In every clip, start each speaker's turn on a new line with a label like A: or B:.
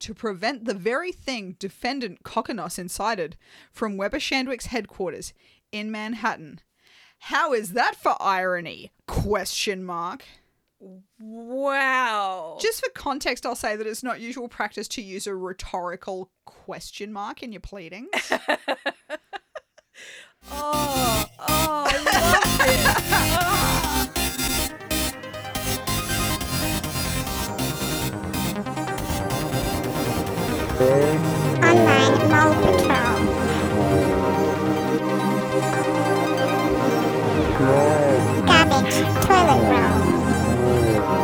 A: to prevent the very thing defendant Kokonos incited from Weber Shandwick's headquarters in Manhattan. How is that for irony? Question mark.
B: Wow.
A: Just for context, I'll say that it's not usual practice to use a rhetorical question mark in your pleadings.
B: oh, oh, I love this. Oh.
C: Online Mole Patrol. Garbage toilet roll.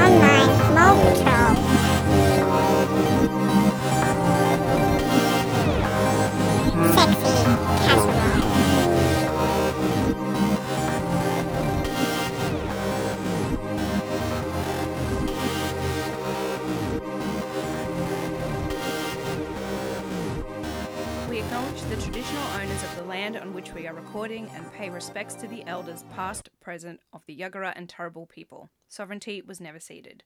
C: Online Mole Patrol. Sexy casserole.
B: We acknowledge the traditional owners of the land on which we are recording and pay respects to the elders past, present of the Yuggera and Turrbal people. Sovereignty was never ceded.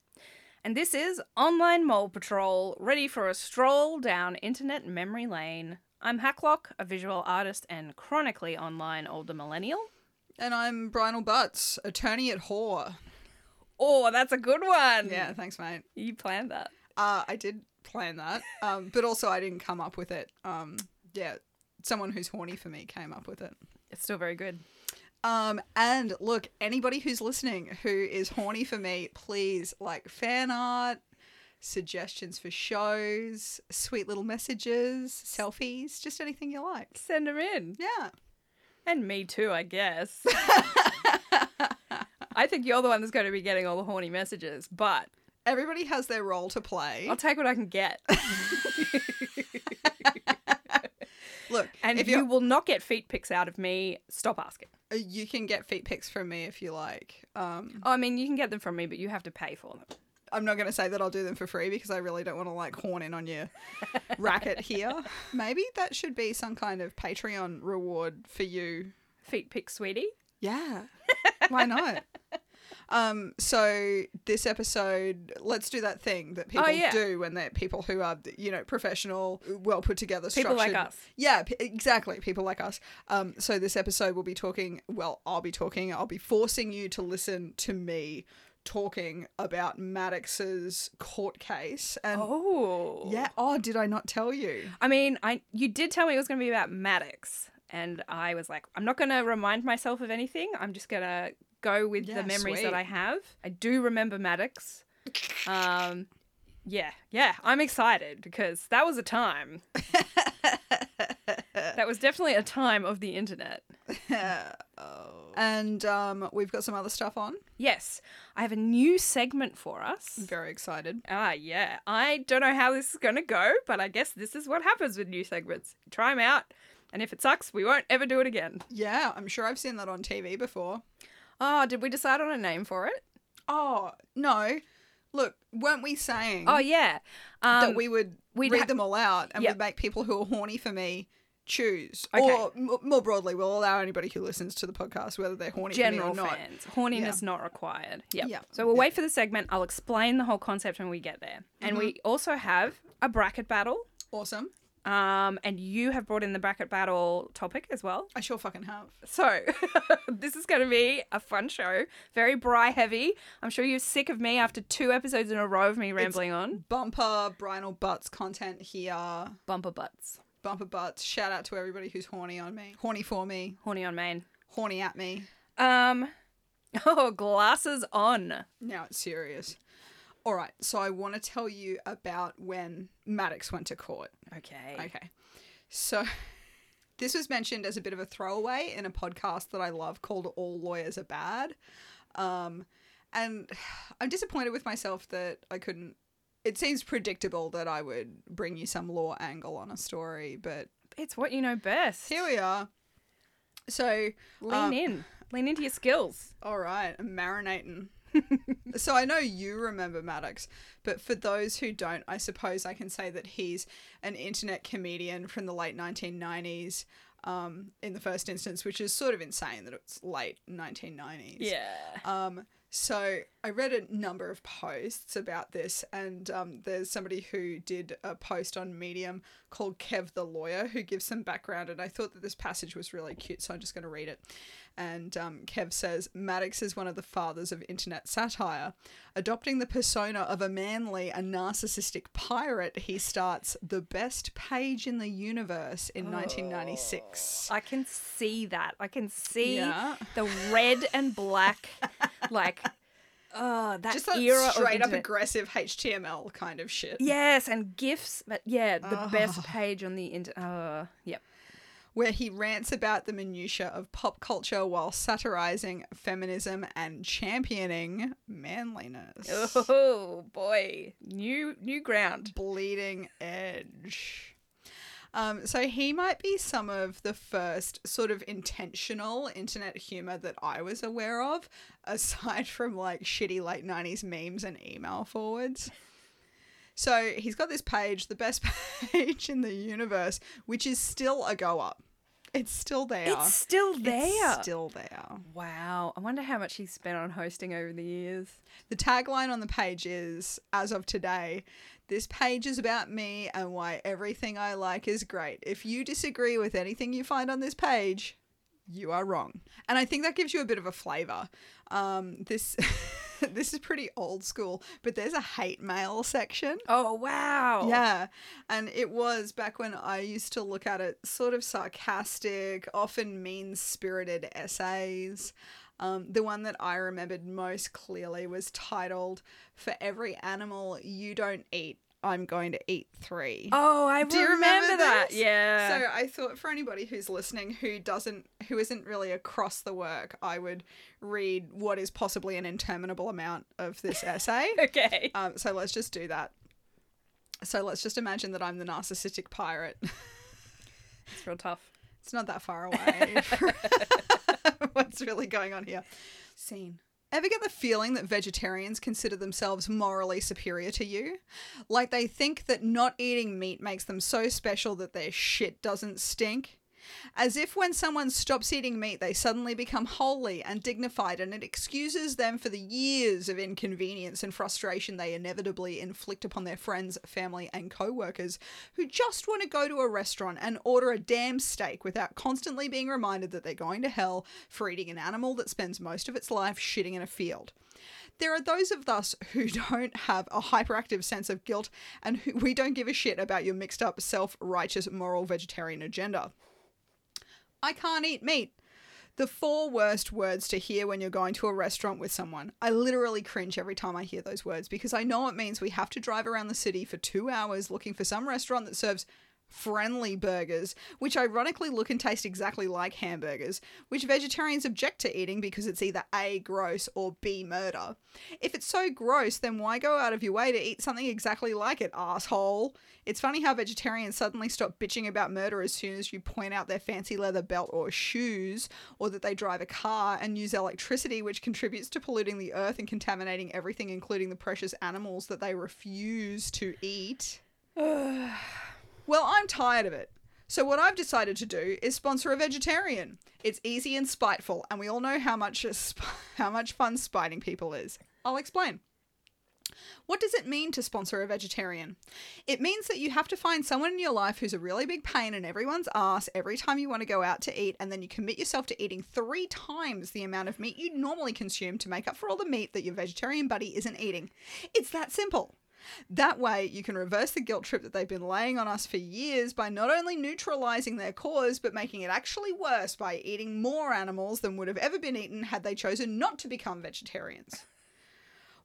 B: And this is Online Mole Patrol, ready for a stroll down internet memory lane. I'm Hacklock, a visual artist and chronically online older millennial.
A: and I'm Brinal Butts, attorney at Hoare.
B: Oh, that's a good one.
A: Yeah, thanks, mate.
B: You planned that.
A: Uh, I did plan that, um, but also I didn't come up with it. Um, yeah, someone who's horny for me came up with it.
B: It's still very good.
A: Um, and look, anybody who's listening who is horny for me, please like fan art, suggestions for shows, sweet little messages, selfies, just anything you like.
B: Send her in.
A: Yeah.
B: And me too, I guess. I think you're the one that's going to be getting all the horny messages, but
A: Everybody has their role to play.
B: I'll take what I can get.
A: Look,
B: And if
A: if
B: you
A: you
B: will not get feet pics out of me, stop asking.
A: you can get feet pics from me if you like. Um,
B: Oh, I mean, you can get them from me, but you have to pay for them.
A: I'm not going to say that I'll do them for free because I really don't want to like horn in on your racket here. Maybe that should be some kind of Patreon reward for you
B: Feet pics, sweetie.
A: Yeah. Why not? Um, so this episode, let's do that thing that people
B: Oh, yeah.
A: do when they're people who are, you know, professional, well put together,
B: People like
A: structured-
B: us.
A: Yeah, p- exactly. People like us. Um, so this episode, we'll be talking. Well, I'll be talking. I'll be forcing you to listen to me talking about Maddox's court case. And
B: Oh.
A: yeah, oh, did I not tell you?
B: I mean, I you did tell me it was going to be about Maddox, and I was like, I'm not going to remind myself of anything. I'm just going to go with
A: Yeah,
B: the memories that
A: sweet.
B: I have. I do remember Maddox. Um, yeah, yeah, I'm excited because that was a time. that was definitely a time of the internet.
A: And um, we've got some other stuff on.
B: Yes, I have a new segment for us.
A: Very excited.
B: Ah, yeah. I don't know how this is going to go, but I guess this is what happens with new segments. Try them out, and if it sucks, we won't ever do it again.
A: Yeah, I'm sure I've seen that on TV before.
B: Oh, did we decide on a name for it?
A: Oh no! Look, weren't we saying
B: Oh yeah, um,
A: that we would
B: we'd
A: read
B: ha-
A: them all out and
B: Yep.
A: we'd make people who are horny for me choose,
B: Okay.
A: or m- more broadly, we'll allow anybody who listens to the podcast whether they're horny
B: general
A: for me or not.
B: fans. Horniness not required. Yep.
A: Yeah.
B: So we'll wait for the segment. I'll explain the whole concept when we get there. And we also have a bracket battle.
A: Awesome!
B: Um, and you have brought in the bracket battle topic as well.
A: I sure fucking have.
B: So this is going to be a fun show. Very bri heavy. I'm sure you're sick of me after two episodes in a row of me rambling on.
A: Bumper Brinal Butts content here.
B: Bumper butts.
A: Bumper Butts. Shout out to everybody who's horny on me, horny for me,
B: Horny on main.
A: horny at me.
B: Um. Oh, glasses on.
A: Now it's serious. All right, so I want to tell you about when Maddox went to court.
B: Okay.
A: Okay. So this was mentioned as a bit of a throwaway in a podcast that I love called All Lawyers Are Bad. Um, and I'm disappointed with myself that I couldn't. It seems predictable that I would bring you some law angle on a story, but
B: It's what you know best.
A: here we are. So,
B: Lean
A: um,
B: in. Lean into your skills.
A: all right, I'm marinating. so I know you remember Maddox, but for those who don't, I suppose I can say that he's an internet comedian from the late 1990s um, in the first instance, which is sort of insane that it's late 1990s.
B: Yeah.
A: Um, So I read a number of posts about this, and um, there's somebody who did a post on Medium called Kev the Lawyer who gives some background, and I thought that this passage was really cute, so I'm just going to read it. And um, Kev says Maddox is one of the fathers of internet satire. Adopting the persona of a manly and narcissistic pirate, he starts the best page in the universe in 1996.
B: I can see that. I can see
A: Yeah.
B: the red and black, like, oh, that
A: Just that
B: era
A: straight
B: of
A: up
B: internet.
A: aggressive HTML kind of shit.
B: Yes, and gifts, but yeah, the best page on the internet. Uh, yep.
A: where he rants about the minutiae of pop culture while satirizing feminism and championing manliness.
B: Oh boy, new new ground.
A: Bleeding edge. Um, so he might be some of the first sort of intentional internet humor that I was aware of, aside from like shitty late 90s memes and email forwards. So he's got this page, the best page in the universe, which is still a go up. It's still there.
B: It's still there.
A: It's still there.
B: wow, I wonder how much he spent on hosting over the years.
A: The tagline on the page is as of today, this page is about me and why everything I like is great. If you disagree with anything you find on this page, you are wrong. And I think that gives you a bit of a flavor. Um, this this is pretty old school, but there's a hate mail section.
B: Oh wow.
A: Yeah. And it was back when I used to look at it sort of sarcastic, often mean spirited essays. Um, the one that I remembered most clearly was titled, For Every Animal You Don't Eat, I'm Going to Eat Three.
B: Oh, I
A: Do you
B: remember,
A: remember
B: that.
A: this?
B: Yeah.
A: So I thought for anybody who's listening who doesn't who isn't really across the work, I would read what is possibly an interminable amount of this essay.
B: okay.
A: Um, so let's just do that. So let's just imagine that I'm the narcissistic pirate.
B: It's real tough.
A: It's not that far away. from What's really going on here? Scene. Ever get the feeling that vegetarians consider themselves morally superior to you? Like they think that not eating meat makes them so special that their shit doesn't stink? As if when someone stops eating meat, they suddenly become holy and dignified, and it excuses them for the years of inconvenience and frustration they inevitably inflict upon their friends, family, and co workers who just want to go to a restaurant and order a damn steak without constantly being reminded that they're going to hell for eating an animal that spends most of its life shitting in a field. There are those of us who don't have a hyperactive sense of guilt and who we don't give a shit about your mixed up, self righteous, moral vegetarian agenda. I can't eat meat. The four worst words to hear when you're going to a restaurant with someone. I literally cringe every time I hear those words because I know it means we have to drive around the city for two hours looking for some restaurant that serves friendly burgers, which ironically look and taste exactly like hamburgers, which vegetarians object to eating because it's either A, gross, or B, murder. If it's so gross, then why go out of your way to eat something exactly like it, asshole? It's funny how vegetarians suddenly stop bitching about murder as soon as you point out their fancy leather belt or shoes, or that they drive a car and use electricity, which contributes to polluting the earth and contaminating everything, including the precious animals that they refuse to eat. Well, I'm tired of it. So, what I've decided to do is sponsor a vegetarian. It's easy and spiteful, and we all know how much, sp- how much fun spiting people is. I'll explain. What does it mean to sponsor a vegetarian? It means that you have to find someone in your life who's a really big pain in everyone's ass every time you want to go out to eat, and then you commit yourself to eating three times the amount of meat you normally consume to make up for all the meat that your vegetarian buddy isn't eating. It's that simple. That way, you can reverse the guilt trip that they've been laying on us for years by not only neutralizing their cause, but making it actually worse by eating more animals than would have ever been eaten had they chosen not to become vegetarians.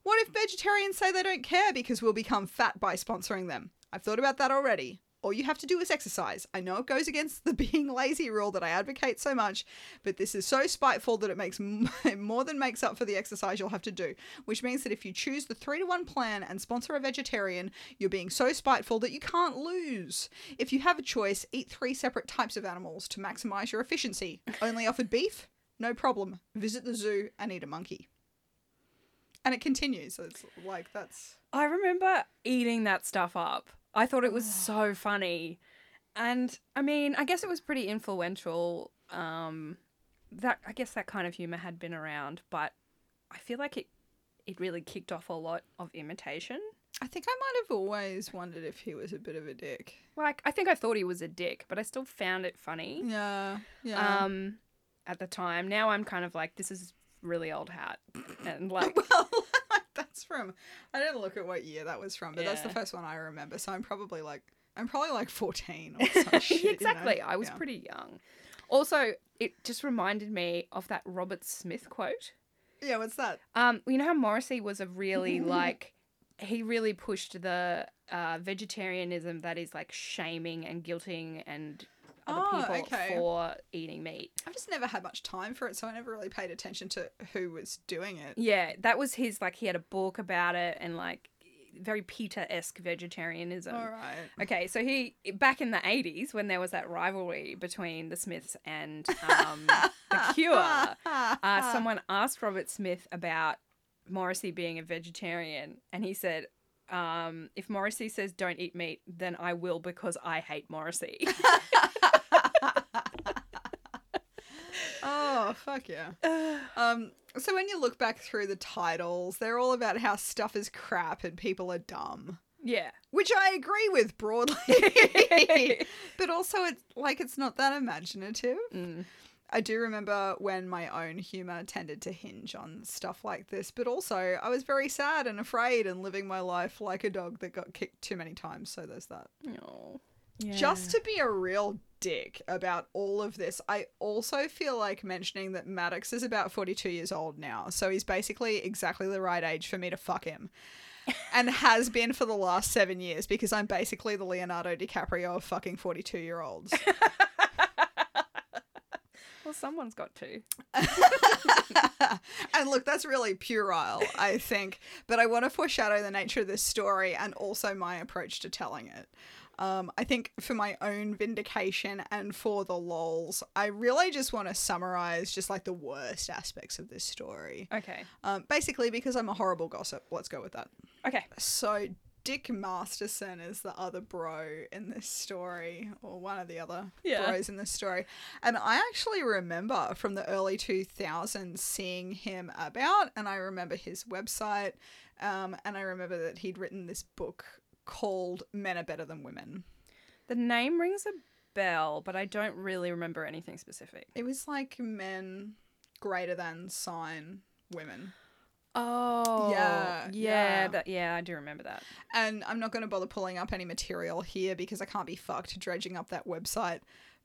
A: What if vegetarians say they don't care because we'll become fat by sponsoring them? I've thought about that already. All you have to do is exercise. I know it goes against the being lazy rule that I advocate so much, but this is so spiteful that it makes m- it more than makes up for the exercise you'll have to do. Which means that if you choose the three to one plan and sponsor a vegetarian, you're being so spiteful that you can't lose. If you have a choice, eat three separate types of animals to maximize your efficiency. Only offered beef? No problem. Visit the zoo and eat a monkey and it continues. It's like that's
B: I remember eating that stuff up. I thought it was so funny. And I mean, I guess it was pretty influential. Um that I guess that kind of humor had been around, but I feel like it it really kicked off a lot of imitation.
A: I think I might have always wondered if he was a bit of a dick.
B: Like, I think I thought he was a dick, but I still found it funny.
A: Yeah. Yeah.
B: Um, at the time, now I'm kind of like, this is really old hat, and like,
A: well, that's from I didn't look at what year that was from, but that's the
B: Yeah.
A: first one I remember. So I'm probably like I'm probably like 14 or some shit, you know?
B: exactly. I was
A: Yeah.
B: pretty young. Also, it just reminded me of that Robert Smith quote.
A: Yeah, what's that?
B: Um, you know how Morrissey was a really like he really pushed the uh, vegetarianism that is like shaming and guilting and other
A: Oh,
B: people
A: okay.
B: for eating meat.
A: I've just never had much time for it, so I never really paid attention to who was doing it.
B: Yeah, that was his like he had a book about it and like very Peter esque vegetarianism.
A: All right.
B: Okay, so he back in the '80s when there was that rivalry between the Smiths and um, the Cure. uh, someone asked Robert Smith about Morrissey being a vegetarian, and he said, um, "If Morrissey says don't eat meat, then I will because I hate Morrissey."
A: Oh, fuck yeah.
B: yeah,
A: Um, so when you look back through the titles, they're all about how stuff is crap and people are dumb, which I agree with broadly. but also, it's like it's not that imaginative.
B: Mm.
A: I do remember when my own humor tended to hinge on stuff like this, but also I was very sad and afraid and living my life like a dog that got kicked too many times. So there's that.
B: Aw. yeah.
A: Just to be a real dick about all of this, I also feel like mentioning that Maddox is about 42 years old now, so he's basically exactly the right age for me to fuck him. and has been for the last seven years because I'm basically the Leonardo DiCaprio of fucking 42 year olds.
B: well, someone's got to.
A: and look, that's really puerile, I think. But I want to foreshadow the nature of this story and also my approach to telling it. Um, I think for my own vindication and for the lols, I really just want to summarize just like the worst aspects of this story.
B: Okay,
A: Um, basically, because I'm a horrible gossip. Let's go with that.
B: okay.
A: So, Dick Masterson is the other bro in this story, or one of the other
B: Yeah.
A: bros in this story. And I actually remember from the early 2000s seeing him about, and I remember his website, um, and I remember that he'd written this book called Men Are Better Than Women.
B: The name rings a bell, but I don't really remember anything specific.
A: It was like men greater than sign women.
B: Oh,
A: Yeah,
B: yeah,
A: yeah.
B: that- yeah. I do remember that.
A: and I'm not going to bother pulling up any material here because I can't be fucked dredging up that website.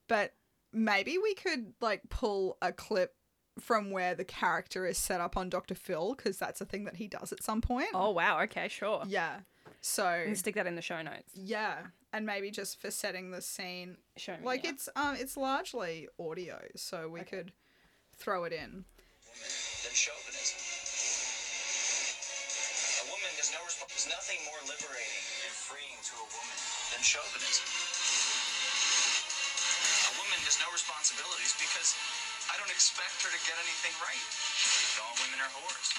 A: But maybe we could like pull a clip from where the character is set up on Dr. Phil because that's a thing that he does at some point.
B: Oh wow. Okay, sure.
A: yeah. So
B: We can stick that in the show notes.
A: yeah, and maybe just for setting the scene,
B: Show me.
A: like
B: yeah.
A: it's um it's largely audio, so we could throw it in.
D: woman than chauvinism. A woman there's no resp- there's nothing more liberating and freeing to a woman than chauvinism. A woman has no responsibilities because I don't expect her to get anything right. All women are whores.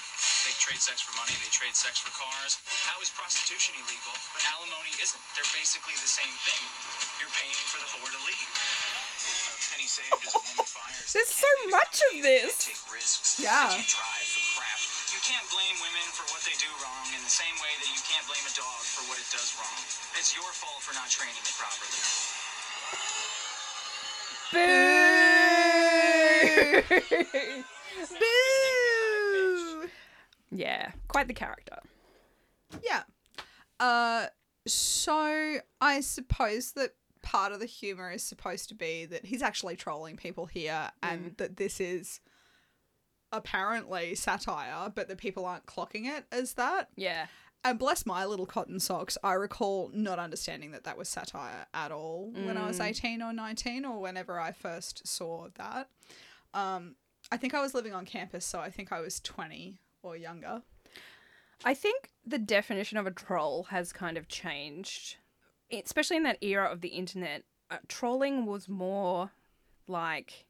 D: They trade sex for money, they trade sex for cars. How is prostitution illegal when alimony isn't? They're basically the same thing. You're paying for the whore to leave. A penny saved is a woman fires.
B: There's so much of this.
D: Take risks.
A: Yeah.
D: You drive for crap. You can't blame women for what they do wrong in the same way that you can't blame a dog for what it does wrong. It's your fault for not training it properly.
A: Boo!
B: yeah, quite the character.
A: Yeah. Uh, so I suppose that part of the humor is supposed to be that he's actually trolling people here and that this is apparently satire, but the people aren't clocking it as that.
B: Yeah.
A: And bless my little cotton socks, I recall not understanding that that was satire at all when I was 18 or 19 or whenever I first saw that. Um, I think I was living on campus, so I think I was 20 or younger.
B: I think the definition of a troll has kind of changed, e, especially in that era of the internet. Uh, trolling was more like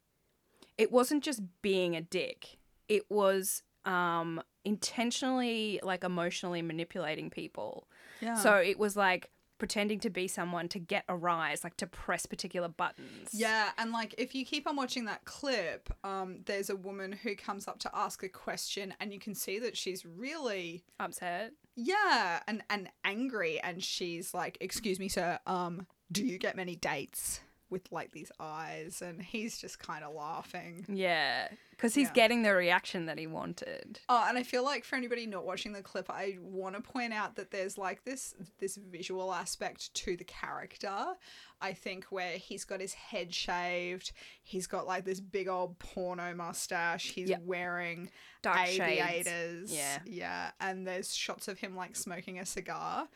B: it wasn't just being a dick, it was um, intentionally, like, emotionally manipulating people.
A: Yeah.
B: So it was like pretending to be someone to get a rise, like to press particular buttons.
A: Yeah, and like if you keep on watching that clip, um, there's a woman who comes up to ask a question, and you can see that she's really,
B: Upset.
A: yeah, and and angry, and she's like, "Excuse me, sir, um, do you get many dates?" With like these eyes, and he's just kind of laughing.
B: Yeah. Because he's
A: Yeah.
B: getting the reaction that he wanted.
A: Oh, and I feel like for anybody not watching the clip, I want to point out that there's like this this visual aspect to the character. I think where he's got his head shaved, he's got like this big old porno mustache, he's
B: Yep.
A: wearing
B: Dark shades.
A: aviators,
B: Yeah.
A: yeah, and there's shots of him like smoking a cigar,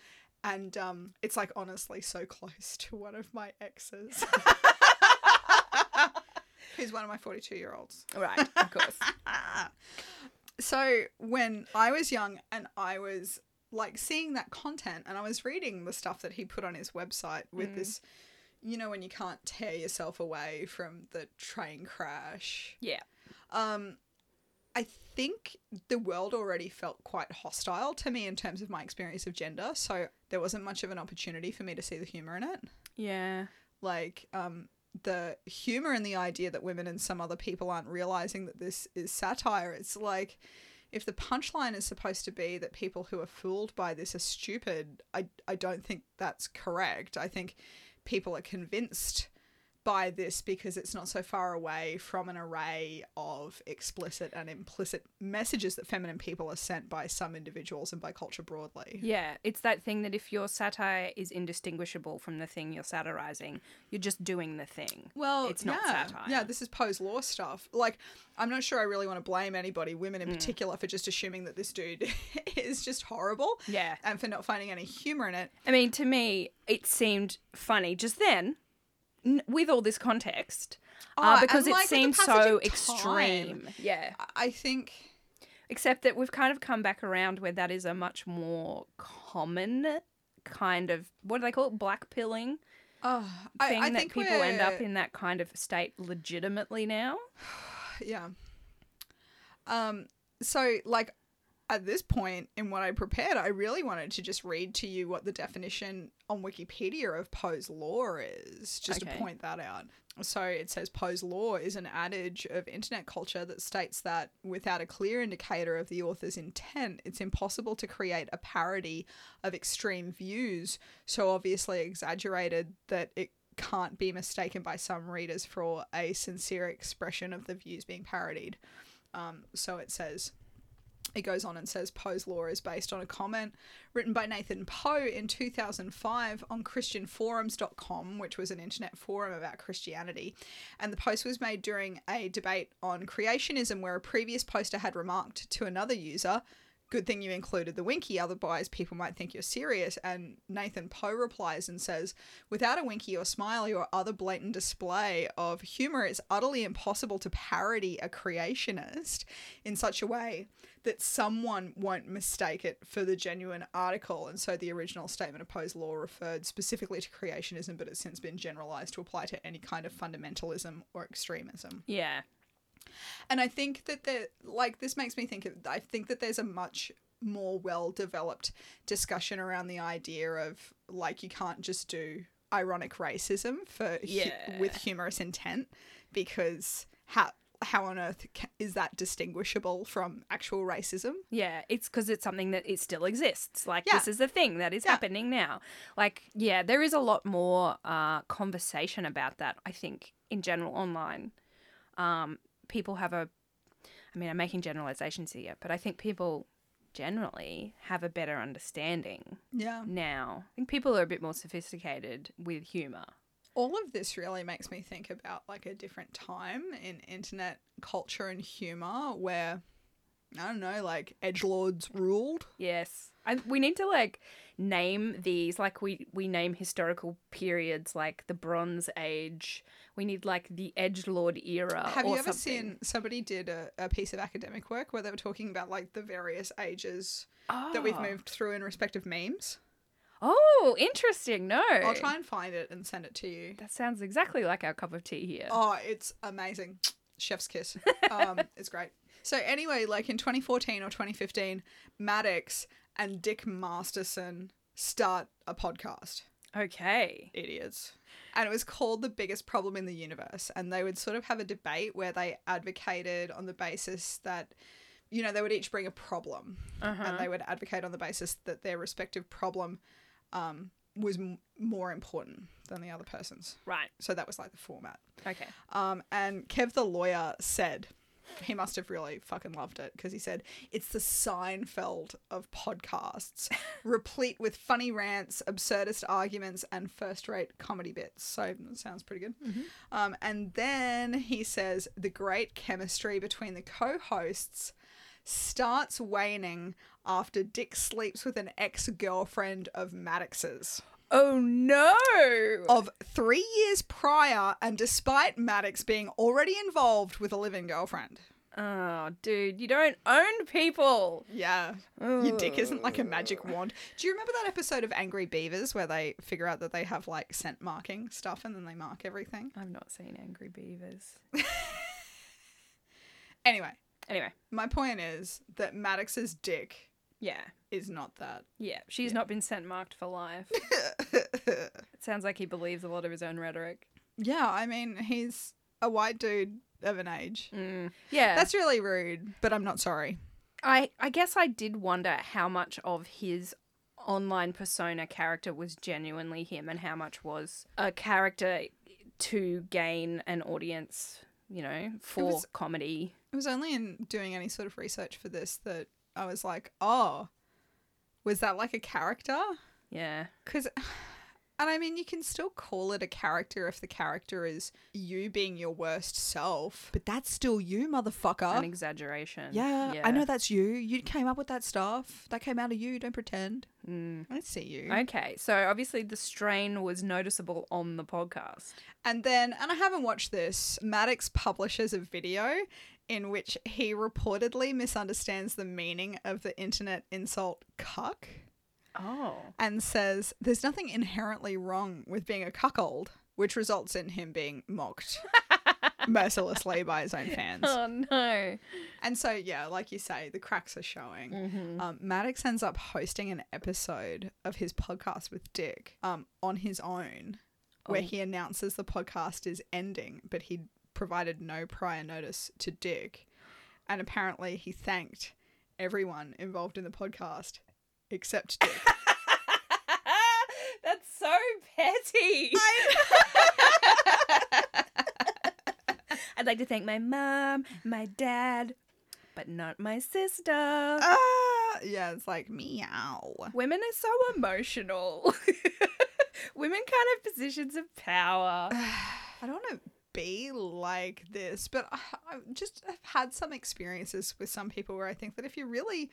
A: and um, it's like honestly so close to one of my exes. Who's one of my 42 year olds.
B: Right, of course.
A: So when I was young and I was like seeing that content and I was reading the stuff that he put on his website with
B: Mm.
A: this you know when you can't tear yourself away from the train crash.
B: Yeah.
A: Um I think the world already felt quite hostile to me in terms of my experience of gender, so there wasn't much of an opportunity for me to see the humor in it
B: Yeah.
A: like um the humor and the idea that women and some other people aren't realizing that this is satire it's like if the punchline is supposed to be that people who are fooled by this are stupid i i don't think that's correct i think people are convinced by this because it's not so far away from an array of explicit and implicit messages that feminine people are sent by some individuals and by culture broadly
B: Yeah. It's that thing that if your satire is indistinguishable from the thing you're satirizing, you're just doing the thing.
A: Well,
B: It's not
A: yeah.
B: satire.
A: Yeah, this is Poe's law stuff. Like, I'm not sure I really want to blame anybody, women
B: Mm.
A: in particular, for just assuming that this dude is just horrible
B: Yeah.
A: and for not finding any humor in it.
B: I mean, to me, it seemed funny just then, n- with all this context,
A: Ah,
B: uh, because
A: and,
B: it
A: like, with the
B: seemed
A: passage
B: so
A: of time.
B: extreme. Yeah.
A: I- I think,
B: Except that we've kind of come back around where that is a much more common kind of what do they call it? Black pilling
A: oh, I,
B: thing
A: I
B: that
A: think
B: people end up
A: we're-
B: in that kind of state legitimately now.
A: yeah. Um, so like at this point in what I prepared, I really wanted to just read to you what the definition on Wikipedia of Poe's law is, just
B: Okay.
A: to point that out. So it says Poe's law is an adage of internet culture that states that without a clear indicator of the author's intent, it's impossible to create a parody of extreme views so obviously exaggerated that it can't be mistaken by some readers for a sincere expression of the views being parodied. Um, so it says, it goes on and says Poe's Law is based on a comment written by Nathan Poe in 2005 on ChristianForums.com, which was an internet forum about Christianity. And the post was made during a debate on creationism, where a previous poster had remarked to another user, Good thing you included the winky, otherwise people might think you're serious. And Nathan Poe replies and says, Without a winky or smiley or other blatant display of humor, it's utterly impossible to parody a creationist in such a way that someone won't mistake it for the genuine article. And so the original statement of Poe's law referred specifically to creationism, but it's since been generalized to apply to any kind of fundamentalism or extremism
B: Yeah.
A: and I think that there, like, this makes me think. Of, I think that there's a much more well-developed discussion around the idea of like you can't just do ironic racism for hu-
B: Yeah.
A: with humorous intent because how how on earth ca- is that distinguishable from actual racism?
B: Yeah, it's because it's something that it still exists. Like
A: Yeah.
B: this is the thing that is
A: Yeah.
B: happening now. Like yeah, there is a lot more uh, conversation about that. I think in general online, um, people have a. I mean, I'm making generalizations here, but I think people generally have a better understanding
A: Yeah.
B: now. I think people are a bit more sophisticated with humor.
A: all of this really makes me think about like a different time in internet culture and humor where I don't know, like edge lords ruled.
B: Yes. I, we need to like name these like we we name historical periods like the Bronze Age. We need like the Edge Lord era.
A: Have you
B: Uh, or
A: ever
B: something.
A: seen somebody did a, a piece of academic work where they were talking about like the various ages that we've
B: Oh.
A: moved through in respect of memes?
B: Oh, interesting. No,
A: I'll try and find it and send it to you.
B: That sounds exactly like our cup of tea here.
A: Oh, it's amazing. Chef's kiss. Um, it's great. So anyway, like in 2014 or 2015, Maddox and Dick Masterson start a podcast.
B: Okay.
A: idiots. And it was called The Biggest Problem in the Universe. And they would sort of have a debate where they advocated on the basis that, you know, they would each bring a problem. And they would advocate on the basis that their respective problem um, was m- more important than the other person's.
B: Right.
A: So that was like the format.
B: Okay.
A: Um, and Kev the lawyer said, he must have really fucking loved it because he said, it's the Seinfeld of podcasts, replete with funny rants, absurdist arguments, and first rate comedy bits. So that sounds pretty good. Um, and then he says, the great chemistry between the co hosts starts waning after Dick sleeps with an ex girlfriend of Maddox's
B: Oh no.
A: of three years prior, and despite Maddox being already involved with a living girlfriend.
B: Oh, dude, you don't own people.
A: Yeah. Your dick isn't like a magic wand. Do you remember that episode of Angry Beavers where they figure out that they have like scent marking stuff and then they mark everything?
B: I've not seen Angry Beavers.
A: Anyway,
B: Anyway,
A: my point is that Maddox's dick
B: yeah.
A: is not that.
B: Yeah, she's not been sent marked for life. it sounds like he believes a lot of his own rhetoric.
A: Yeah, I mean, he's a white dude of an age.
B: Yeah.
A: That's really rude, but I'm not sorry.
B: Mm. I I guess I did wonder how much of his online persona character was genuinely him and how much was a character to gain an audience, you know, for
A: was-
B: comedy.
A: It was only in doing any sort of research for this that I was like, oh, was that like a character?
B: Yeah.
A: Because, and I mean, you can still call it a character if the character is you being your worst self, but that's still you, motherfucker.
B: An exaggeration.
A: yeah, I know that's you. You came up with that stuff. That came out of you. Don't pretend. Mm. I see you.
B: Okay, so obviously the strain was noticeable on the podcast.
A: And then, and I haven't watched this, Maddox publishes a video in which he reportedly misunderstands the meaning of the internet insult cuck
B: Oh.
A: and says there's nothing inherently wrong with being a cuckold, which results in him being mocked mercilessly by his own fans.
B: Oh no.
A: And so, yeah, like you say, the cracks are showing.
B: Mm-hmm.
A: Um, Maddox ends up hosting an episode of his podcast with Dick um, on his own, where he announces the podcast is ending, but he provided no prior notice to Dick. And apparently, he thanked everyone involved in the podcast except Dick.
B: That's so petty. I'd like to thank my mom, my dad, but not my sister.
A: Ah, yeah, it's like meow.
B: Women are so emotional. Women can't have positions of power.
A: I don't want to be like this, but I, I just have had some experiences with some people where I think that if you're really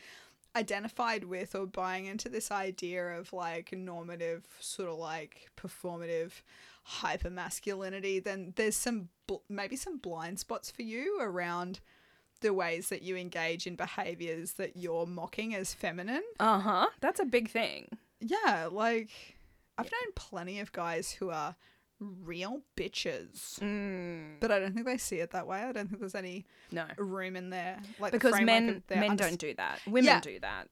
A: identified with or buying into this idea of like normative, sort of like performative hyper masculinity, then there's some bl- maybe some blind spots for you around the ways that you engage in behaviors that you're mocking as feminine.
B: Uh huh. That's a big thing.
A: Yeah, like I've known plenty of guys who are real bitches.
B: Mm.
A: But I don't think they see it that way. I don't think there's any
B: No.
A: room in there, like the
B: Because
A: framework
B: men
A: of their
B: men
A: unders-
B: don't do that. Women
A: Yeah.
B: do that.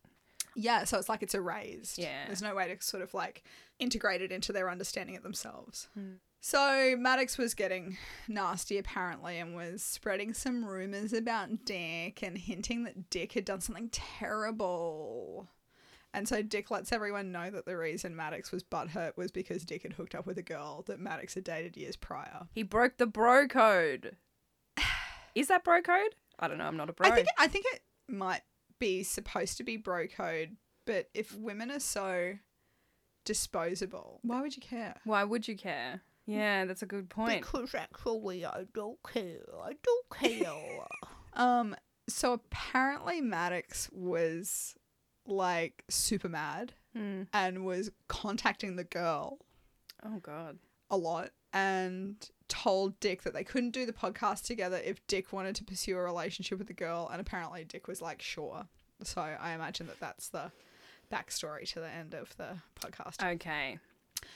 A: Yeah, so it's like it's erased.
B: Yeah.
A: there's no way to sort of like integrate it into their understanding of themselves.
B: Hmm.
A: So Maddox was getting nasty apparently, and was spreading some rumors about Dick and hinting that Dick had done something terrible. And so Dick lets everyone know that the reason Maddox was butthurt was because Dick had hooked up with a girl that Maddox had dated years prior.
B: He broke the bro code. Is that bro code? I don't know. I'm not a bro.
A: I think I think it might be supposed to be bro code, but if women are so disposable, why would you care?
B: Why would you care? Yeah, that's a good point.
A: Because actually, I don't care. I don't care. um. So apparently, Maddox was like super mad
B: Hmm.
A: and was contacting the girl
B: Oh God.
A: a lot and told Dick that they couldn't do the podcast together if Dick wanted to pursue a relationship with the girl. And apparently, Dick was like, sure. So I imagine that that's the backstory to the end of the podcast.
B: Okay.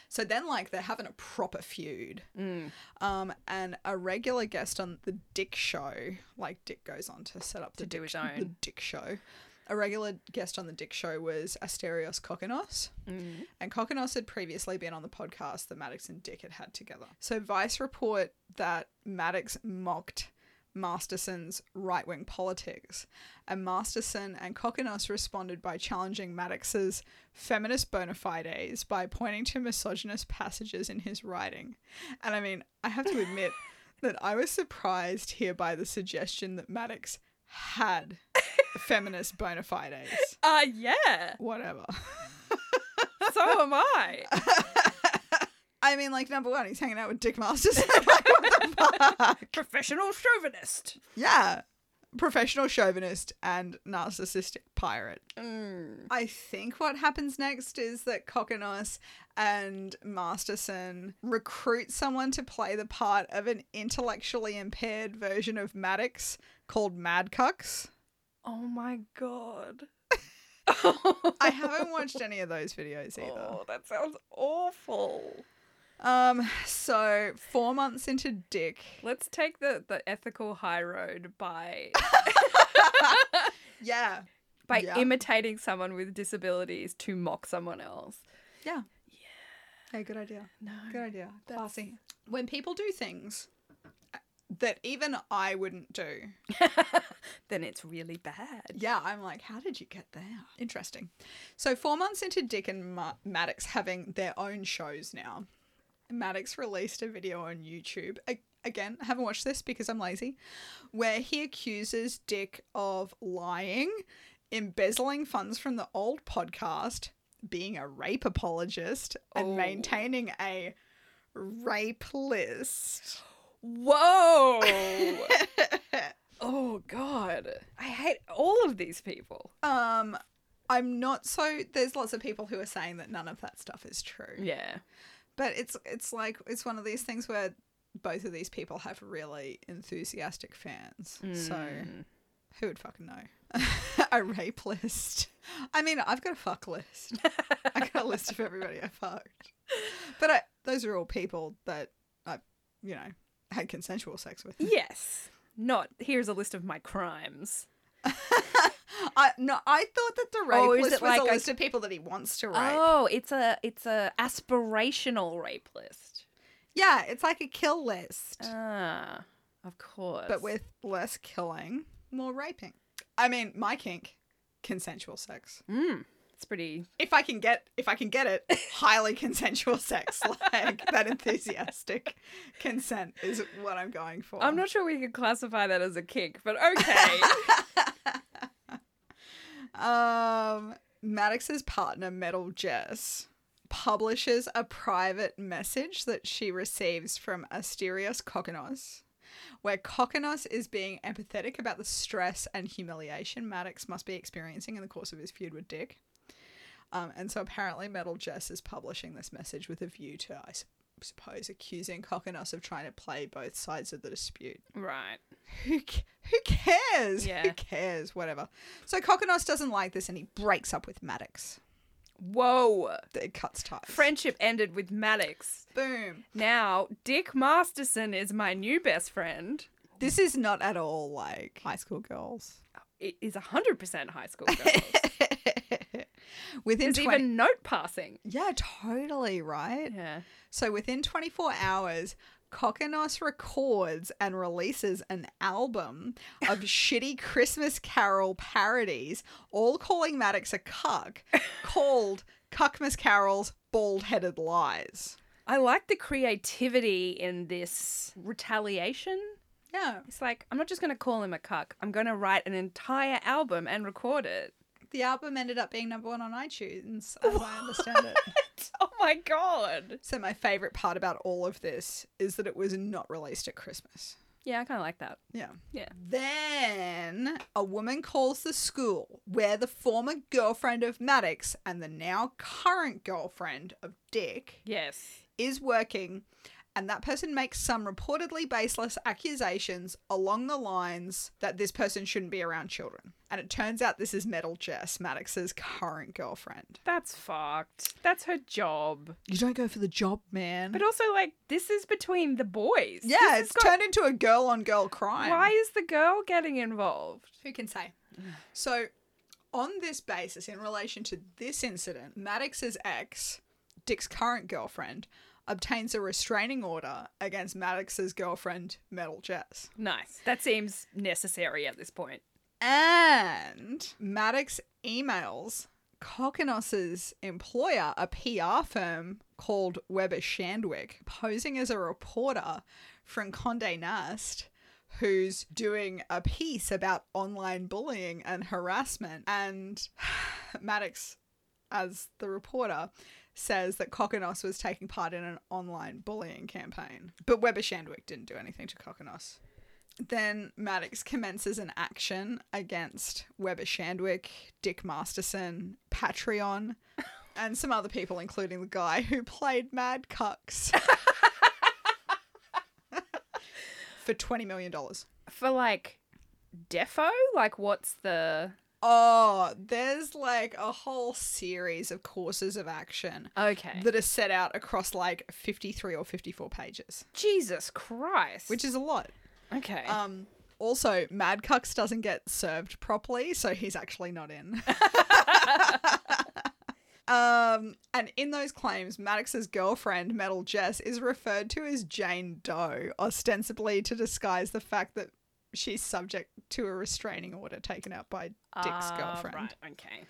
A: So then, like, they're having a proper feud.
B: Mm.
A: Um, and a regular guest on the Dick Show, like Dick goes on to set up the
B: do
A: Dick
B: his
A: The
B: own.
A: Dick Show. A regular guest on the Dick Show was Asterios Kokonos, and Kokonos had previously been on the podcast that Maddox and Dick had had together. So Vice report that Maddox mocked Masterson's right wing politics, and Masterson and Kokonos responded by challenging Maddox's feminist bona fides by pointing to misogynist passages in his writing. And I mean, I have to admit that I was surprised here by the suggestion that Maddox had feminist bona fides.
B: Uh, yeah.
A: Whatever.
B: So am I.
A: I mean, like, number one, he's hanging out with Dick Masterson. Like, what the fuck?
B: Professional chauvinist.
A: Yeah. Professional chauvinist and narcissistic pirate.
B: Mm.
A: I think what happens next is that Kokonos and Masterson recruit someone to play the part of an intellectually impaired version of Maddox called Mad Cucks.
B: Oh my god.
A: I haven't watched any of those videos either.
B: Oh, that sounds awful.
A: Um, so four months into Dick,
B: Let's take the, the ethical high road by
A: yeah,
B: by
A: Yeah.
B: imitating someone with disabilities to mock someone else.
A: yeah, yeah. Hey, good idea.
B: No.
A: Good idea. Classy. When people do things that even I wouldn't do,
B: Then it's really bad.
A: yeah, I'm like, how did you get there? Interesting. So, four months into Dick and Ma- Maddox having their own shows now, Maddox released a video on YouTube. A- again, I haven't watched this because I'm lazy, where he accuses Dick of lying, embezzling funds from the old podcast, being a rape apologist, and
B: Oh.
A: maintaining a rape list.
B: Whoa. oh god. I hate all of these people.
A: Um, I'm not so. There's lots of people who are saying that none of that stuff is true.
B: Yeah.
A: But it's it's like it's one of these things where both of these people have really enthusiastic fans. So
B: Mm.
A: who would fucking know? a rape list. I mean, I've got a fuck list.
B: Hmm.
A: I got a list of everybody I fucked. But I, those are all people that I, you know, had consensual sex with.
B: Yes. Not here's a list of my crimes.
A: I no, I thought that the rape
B: Oh, is
A: list
B: it
A: was
B: like
A: a
B: a-
A: list of people that he wants to rape.
B: Oh, it's a it's a aspirational rape list.
A: Yeah, it's like a kill list,
B: Ah, of course.
A: but with less killing, more raping. I mean, my kink, consensual sex.
B: Mm, it's pretty.
A: If I can get, if I can get it, highly consensual sex, like that enthusiastic consent is what I'm going for.
B: I'm not sure we could classify that as a kink, but okay.
A: Um, Maddox's partner, Metal Jess, publishes a private message that she receives from Asterios Kokonos, where Kokonos is being empathetic about the stress and humiliation Maddox must be experiencing in the course of his feud with Dick. Um, and so apparently, Metal Jess is publishing this message with a view to, I s- suppose, accusing Kokonos of trying to play both sides of the dispute
B: right.
A: who c- who cares?
B: Yeah.
A: Who cares? Whatever. So Kokonos doesn't like this, and he breaks up with Maddox.
B: Whoa.
A: It cuts ties.
B: Friendship ended with Maddox.
A: Boom.
B: Now, Dick Masterson is my new best friend.
A: This is not at all like high school girls.
B: It is 100% high school girl.
A: within
B: There's
A: 20-
B: even note passing.
A: yeah, totally right.
B: Yeah.
A: So within 24 hours, Kokonos records and releases an album of shitty Christmas Carol parodies, all calling Maddox a cuck, called Cuckmas Carol's Bald Headed Lies.
B: I like the creativity in this retaliation.
A: Yeah.
B: It's like, I'm not just going to call him a cuck. I'm going to write an entire album and record it.
A: The album ended up being number one on iTunes, as I understand it.
B: Oh my god.
A: So, my favorite part about all of this is that it was not released at Christmas.
B: Yeah, I kind of like that.
A: Yeah.
B: Yeah.
A: Then a woman calls the school where the former girlfriend of Maddox and the now current girlfriend of Dick
B: Yes.
A: is working, and that person makes some reportedly baseless accusations along the lines that this person shouldn't be around children. And it turns out this is Metal Jess, Maddox's current girlfriend.
B: That's fucked. That's her job.
A: You don't go for the job, man.
B: But also, like, this is between the boys. This
A: yeah,
B: has
A: it's
B: got-
A: turned into a girl on girl crime.
B: Why is the girl getting involved?
A: Who can say? so on this basis, in relation to this incident, Maddox's ex, Dick's current girlfriend, obtains a restraining order against Maddox's girlfriend, Metal Jess.
B: Nice. That seems necessary at this point.
A: And Maddox emails Kokonos's employer, a PR firm called Weber Shandwick, posing as a reporter from Conde Nast, who's doing a piece about online bullying and harassment. And Maddox, as the reporter, says that Kokonos was taking part in an online bullying campaign. But Weber Shandwick didn't do anything to Kokonos then Maddox commences an action against Weber Shandwick, Dick Masterson, Patreon, and some other people, including the guy who played Mad Cucks for $20 million.
B: For like Defo? Like what's the
A: Oh, there's like a whole series of courses of action
B: Okay.
A: that are set out across like 53 or 54 pages,
B: Jesus Christ.
A: which is a lot.
B: Okay.
A: Um, also, Mad Cucks doesn't get served properly, so he's actually not in. um, and in those claims, Maddox's girlfriend, Metal Jess, is referred to as Jane Doe, ostensibly to disguise the fact that she's subject to a restraining order taken out by Dick's
B: Ah,
A: girlfriend.
B: Right, okay.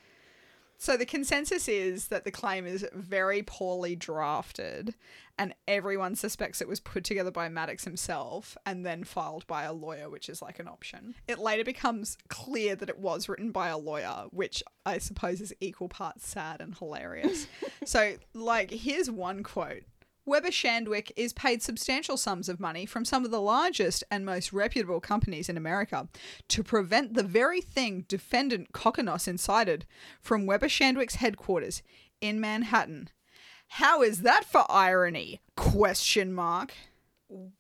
A: So the consensus is that the claim is very poorly drafted, and everyone suspects it was put together by Maddox himself and then filed by a lawyer, which is like an option. It later becomes clear that it was written by a lawyer, which I suppose is equal parts sad and hilarious. so, like, here's one quote. Weber Shandwick is paid substantial sums of money from some of the largest and most reputable companies in America to prevent the very thing defendant Kokonos incited from Weber Shandwick's headquarters in Manhattan. How is that for irony? Question mark.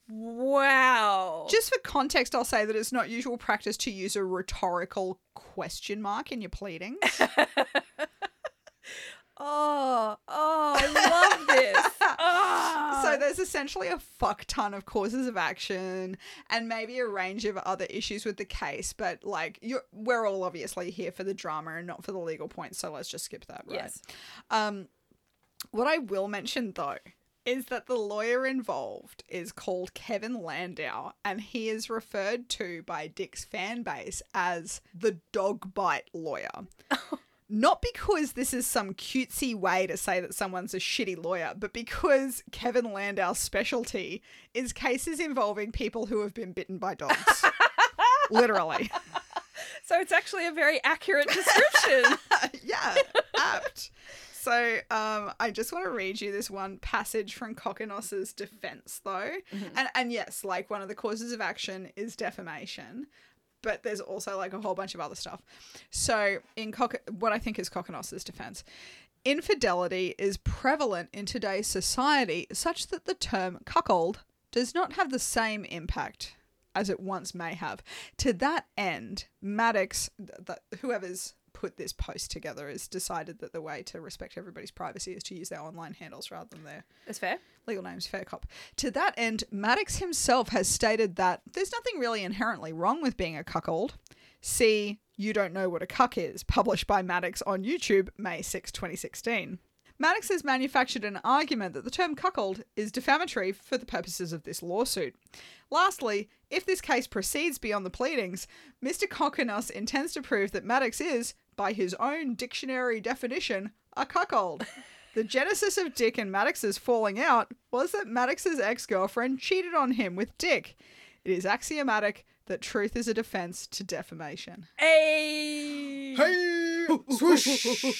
B: Wow.
A: Just for context, I'll say that it's not usual practice to use a rhetorical question mark in your pleadings.
B: oh, oh, I love this. oh.
A: So there's essentially a fuck ton of causes of action and maybe a range of other issues with the case, but like you're, we're all obviously here for the drama and not for the legal points, so let's just skip that. Right?
B: Yes.
A: Um, what I will mention though is that the lawyer involved is called Kevin Landau, and he is referred to by Dick's fan base as the dog bite lawyer. Not because this is some cutesy way to say that someone's a shitty lawyer, but because Kevin Landau's specialty is cases involving people who have been bitten by dogs. Literally.
B: So it's actually a very accurate description.
A: yeah, apt. So um, I just want to read you this one passage from Kokonos's defense, though. And, and yes, like one of the causes of action is defamation, but there's also like a whole bunch of other stuff. So in Kok- what I think is Kokonos's defense, infidelity is prevalent in today's society such that the term cuckold does not have the same impact as it once may have. To that end, Maddox, th- th- whoever's put this post together, has decided that the way to respect everybody's privacy is to use their online handles rather than their
B: That's fair.
A: legal name's Fair Cop. To that end, Maddox himself has stated that there's nothing really inherently wrong with being a cuckold. See, You Don't Know What a Cuck Is, published by Maddox on YouTube, May 6, 2016. Maddox has manufactured an argument that the term cuckold is defamatory for the purposes of this lawsuit. Lastly, if this case proceeds beyond the pleadings, Mr. Kokonos intends to prove that Maddox is, by his own dictionary definition, a cuckold. The genesis of Dick and Maddox's falling out was that Maddox's ex girlfriend cheated on him with Dick. It is axiomatic that truth is a defense to defamation.
B: Hey.
E: Hey! Swoosh!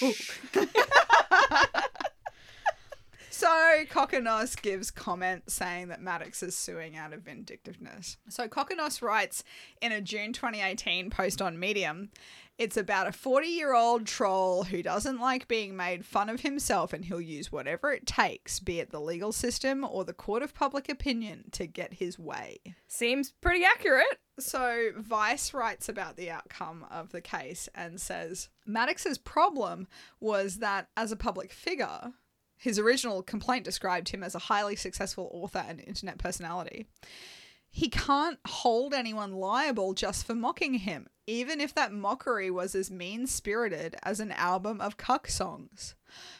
A: So Kokonos gives comment saying that Maddox is suing out of vindictiveness. So Kokonos writes in a June 2018 post on Medium, it's about a 40-year-old troll who doesn't like being made fun of himself and he'll use whatever it takes, be it the legal system or the court of public opinion, to get his way.
B: Seems pretty accurate.
A: So Vice writes about the outcome of the case and says Maddox's problem was that as a public figure, his original complaint described him as a highly successful author and internet personality. He can't hold anyone liable just for mocking him, even if that mockery was as mean spirited as an album of cuck songs.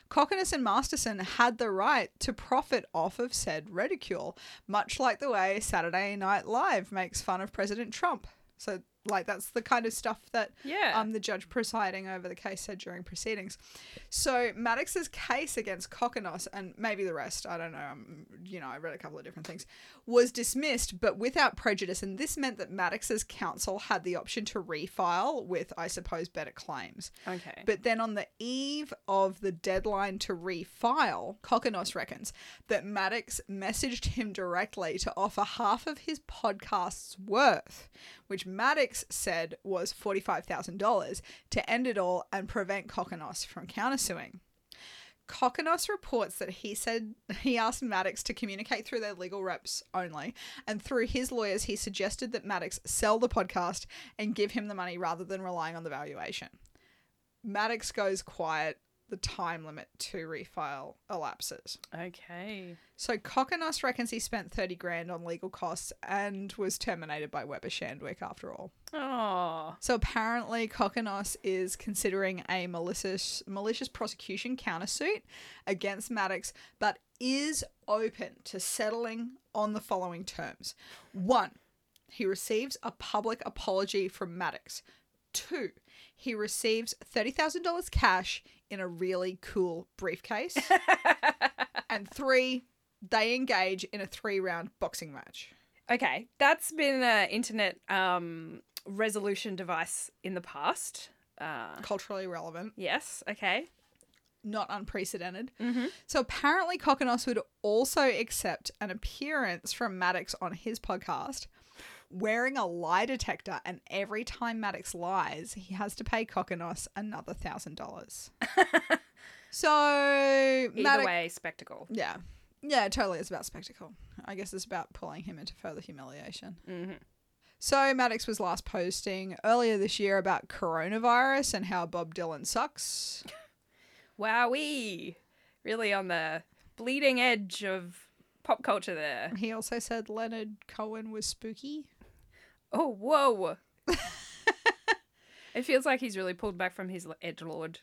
A: Cockinus and Masterson had the right to profit off of said ridicule, much like the way Saturday Night Live makes fun of President Trump. So, like, that's the kind of stuff that
B: Yeah.
A: um, the judge presiding over the case said during proceedings. So, Maddox's case against Cockinus and maybe the rest, I don't know, um, you know, I read a couple of different things, was dismissed but without prejudice. And this meant that Maddox's counsel had the option to refile with, I suppose, better claims.
B: Okay.
A: But then on the eve of the deadline to refile, Kokonos reckons that Maddox messaged him directly to offer half of his podcast's worth, which Maddox said was $45,000, to end it all and prevent Kokonos from countersuing. Kokonos reports that he said he asked Maddox to communicate through their legal reps only, and through his lawyers, he suggested that Maddox sell the podcast and give him the money rather than relying on the valuation. Maddox goes quiet. The time limit to refile elapses.
B: okay.
A: So Cockinus reckons he spent 30 grand on legal costs and was terminated by Weber Shandwick after all.
B: Oh.
A: So apparently Cockinus is considering a malicious malicious prosecution countersuit against Maddox, but is open to settling on the following terms. One, he receives a public apology from Maddox. Two, he receives $30,000 cash in a really cool briefcase. and three, they engage in a three round boxing match.
B: Okay. That's been an internet um, resolution device in the past. Uh,
A: Culturally relevant.
B: yes. Okay.
A: not unprecedented.
B: Mm-hmm.
A: So apparently, Kokonos would also accept an appearance from Maddox on his podcast wearing a lie detector, and every time Maddox lies, he has to pay Kokonos another thousand dollars. So
B: Either
A: Maddox,
B: way, spectacle.
A: yeah, yeah, totally. It's about spectacle. I guess it's about pulling him into further humiliation.
B: hmm
A: So Maddox was last posting earlier this year about coronavirus and how Bob Dylan sucks.
B: Wowee. Really on the bleeding edge of pop culture there.
A: He also said Leonard Cohen was spooky.
B: Oh, whoa. it feels like he's really pulled back from his edgelord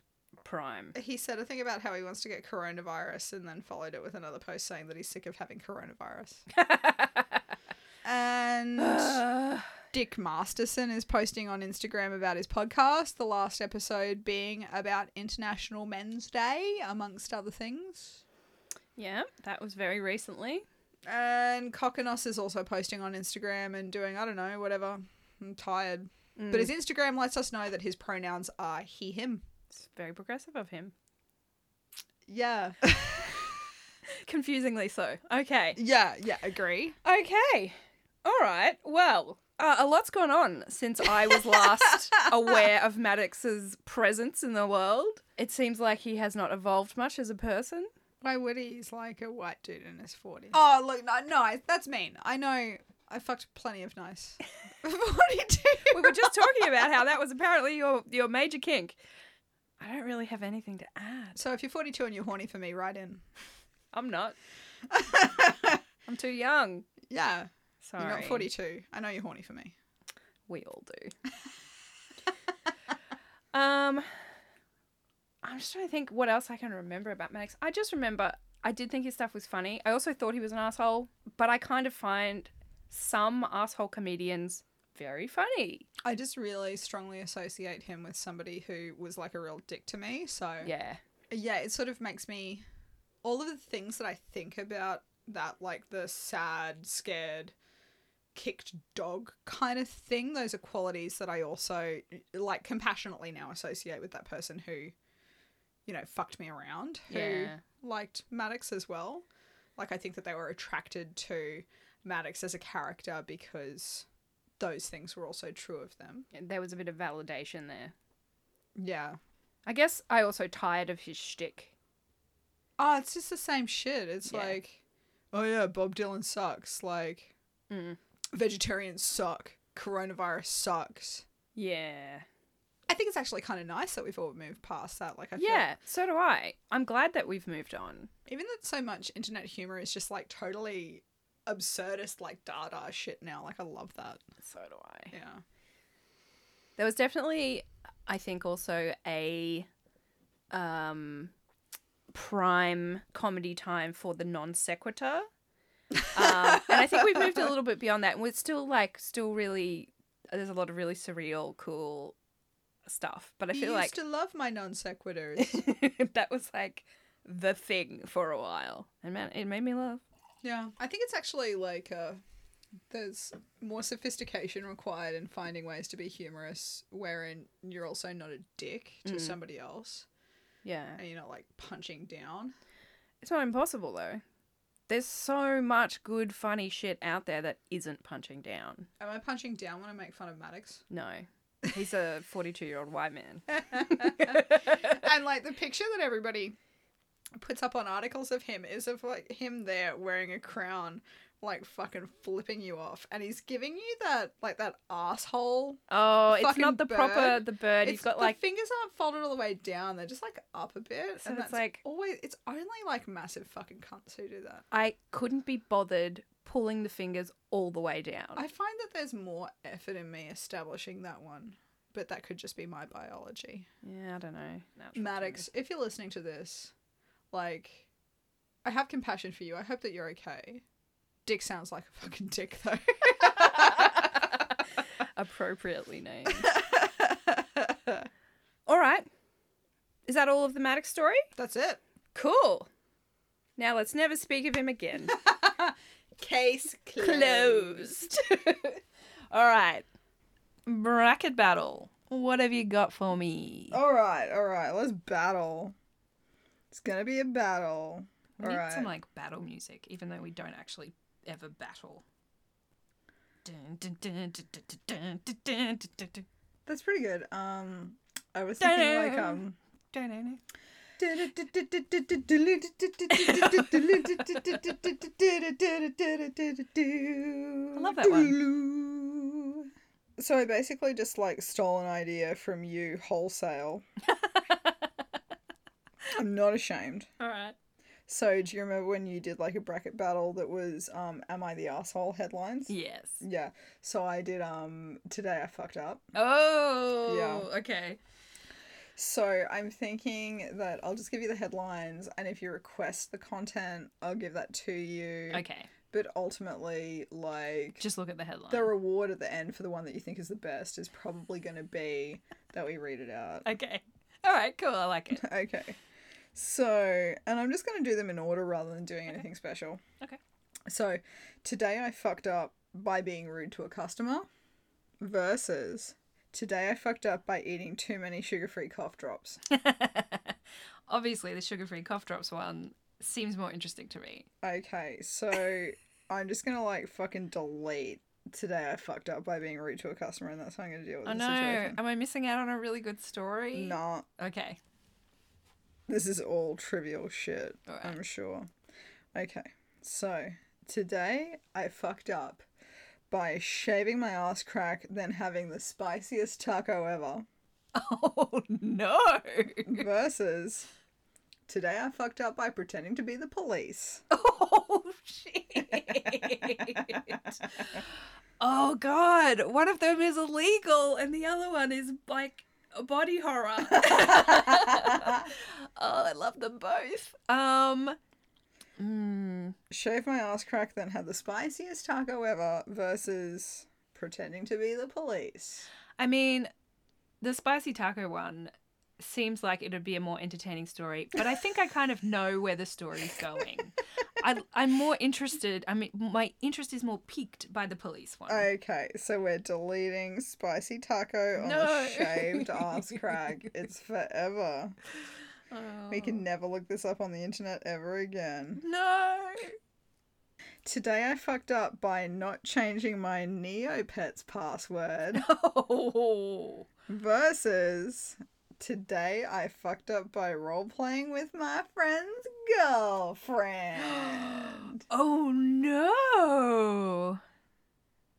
B: prime.
A: He said a thing about how he wants to get coronavirus and then followed it with another post saying that he's sick of having coronavirus. and Dick Masterson is posting on Instagram about his podcast, the last episode being about International Men's Day, amongst other things.
B: yeah, that was very recently.
A: And Kokonos is also posting on Instagram and doing, I don't know, whatever. I'm tired. But his Instagram lets us know that his pronouns are he, him.
B: It's very progressive of him.
A: Yeah.
B: Confusingly so. Okay.
A: Yeah, yeah, agree.
B: Okay. All right. Well, uh, a lot's gone on since I was last aware of Maddox's presence in the world. It seems like he has not evolved much as a person.
A: Why would he? He's like a white dude in his 40s. Oh, look, no, no, I- that's mean. I know. I fucked plenty of nice. 42.
B: We were just talking about how that was apparently your your major kink. I don't really have anything to add.
A: So if you're 42 and you're horny for me, write in.
B: I'm not. I'm too young.
A: Yeah.
B: Sorry.
A: You're not 42. I know you're horny for me.
B: We all do. um, I'm just trying to think what else I can remember about Maddox. I just remember I did think his stuff was funny. I also thought he was an asshole, but I kind of find some asshole comedians very funny.
A: I just really strongly associate him with somebody who was like a real dick to me. So
B: Yeah.
A: yeah, it sort of makes me all of the things that I think about that like the sad, scared, kicked dog kind of thing, those are qualities that I also like compassionately now associate with that person who you know, fucked me around, who
B: Yeah.
A: liked Maddox as well. Like I think that they were attracted to Maddox as a character because those things were also true of them.
B: There was a bit of validation there.
A: Yeah.
B: I guess I also tired of his shtick.
A: Oh, it's just the same shit. It's
B: Yeah.
A: like, oh yeah, Bob Dylan sucks. Like,
B: Mm.
A: vegetarians suck. Coronavirus sucks.
B: Yeah.
A: I think it's actually kind of nice that we've all moved past that. Like, I feel
B: Yeah, so do I. I'm glad that we've moved on.
A: even that so much internet humor is just like totally absurdist, like Dada shit now. Like, I love that.
B: So do I.
A: Yeah.
B: There was definitely, I think, also a um, prime comedy time for the non sequitur. Um, and I think we've moved a little bit beyond that. And we're still like, still really, there's a lot of really surreal, cool stuff. But I
A: you
B: feel
A: used
B: like
A: to love my non sequiturs.
B: that was like the thing for a while. And man, it made me laugh.
A: yeah, I think it's actually like uh, there's more sophistication required in finding ways to be humorous, wherein you're also not a dick to somebody else,
B: Yeah.
A: and you're not like punching down.
B: It's not impossible though. There's so much good, funny shit out there that isn't punching down.
A: Am I punching down when I make fun of Maddox?
B: No. He's a 42 year old white man.
A: and like the picture that everybody puts up on articles of him is of like him there wearing a crown like fucking flipping you off and he's giving you that like that asshole
B: Oh, it's
A: Fucking
B: not the proper
A: bird.
B: the bird.
A: it's
B: He's got
A: the
B: like
A: fingers aren't folded all the way down they're just like up a bit
B: So
A: and
B: it's
A: that's
B: like-
A: like always it's only like massive fucking cunts who do that
B: I couldn't be bothered pulling the fingers all the way down.
A: i find that there's more effort in me establishing that one but that could just be my biology
B: yeah, I don't know. Natural
A: Maddox, if you're listening to this, like, I have compassion for you. I hope that you're okay. Dick sounds like a fucking dick, though.
B: to me. appropriately named. all right. Is that all of the Maddox story?
A: That's it.
B: Cool. Now let's never speak of him again.
A: Case closed.
B: Closed. all right. Bracket battle. What have you got for me?
A: All right, all right. Let's battle. It's gonna be a battle.
B: We
A: All
B: need some
A: right.
B: like battle music, even though we don't actually ever battle. Dun, dun, dun, dun, dun, dun, dun, dun, dun, dun, dun,
A: That's pretty good. Um, I was thinking like
B: Ta-da.
A: um.
B: dun, dun, dun.
A: I
B: love that
A: one. So I basically just like stole an idea from you wholesale. I'm not ashamed.
B: All right.
A: So do you remember when you did like a bracket battle that was um Am I the Asshole headlines?
B: Yes.
A: Yeah. So I did um today I fucked up.
B: Oh.
A: Yeah.
B: Okay.
A: So I'm thinking that I'll just give you the headlines, and if you request the content, I'll give that to you.
B: Okay.
A: But ultimately, like,
B: Just look at the headline.
A: the reward at the end for the one that you think is the best is probably going to be that we read it out.
B: Okay. All right. Cool. I like it.
A: Okay. So, and I'm just going to do them in order rather than doing anything special.
B: Okay.
A: So, today I fucked up by being rude to a customer versus today I fucked up by eating too many sugar free cough drops.
B: Obviously, the sugar-free cough drops one seems more interesting to me.
A: Okay, so I'm just gonna like fucking delete today. I fucked up by being rude to a customer, and that's how I'm gonna deal with
B: I
A: Oh, the
B: know.
A: situation.
B: Am I missing out on a really good story?
A: Nah,
B: Okay.
A: this is all trivial shit.
B: Alright.
A: I'm sure. Okay, so today I fucked up by shaving my ass crack, then having the spiciest taco ever.
B: Oh no.
A: Versus today I fucked up by pretending to be the police.
B: Oh shit! oh god, one of them is illegal, and the other one is like a body horror. oh, I love them both. Um, mm,
A: Shave my ass crack, then had the spiciest taco ever. Versus pretending to be the police.
B: I mean, the spicy taco one seems like it'd be a more entertaining story, but I think I kind of know where the story's going. I, I'm more interested. I mean, my interest is more piqued by the police one.
A: Okay, so we're deleting spicy taco on
B: No.
A: a shaved ass crack. It's forever.
B: Oh.
A: We can never look this up on the internet ever again.
B: No.
A: Today I fucked up by not changing my Neopets password.
B: Oh.
A: Versus today I fucked up by role playing with my friend's girlfriend.
B: Oh no.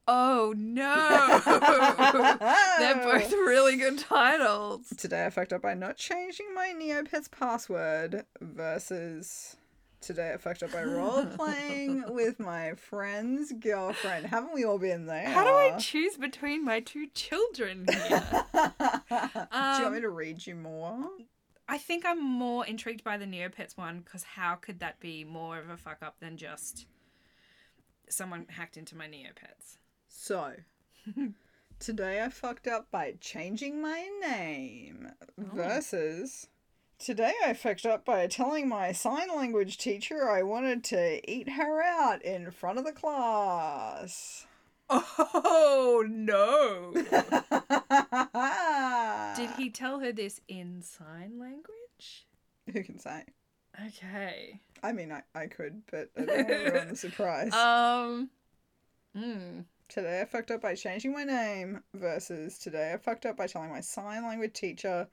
B: Oh no. They're both really good titles.
A: Today I fucked up by not changing my Neopets password versus today I fucked up by role playing with my friend's girlfriend. Haven't we all been there?
B: How do I choose between my two children here?
A: Do you want
B: Um,
A: me to read you more?
B: I think I'm more intrigued by the Neopets one because how could that be more of a fuck up than just someone hacked into my Neopets?
A: So, today I fucked up by changing my name. Versus, today I fucked up by telling my sign language teacher I wanted to eat her out in front of the class.
B: Oh no! Did
A: Did
B: he tell her this in sign language?
A: Who can say?
B: Okay.
A: I mean, I, I could, but I don't want to ruin the surprise.
B: Um. Hmm.
A: Today I fucked up by changing my name versus today I fucked up by telling my sign language teacher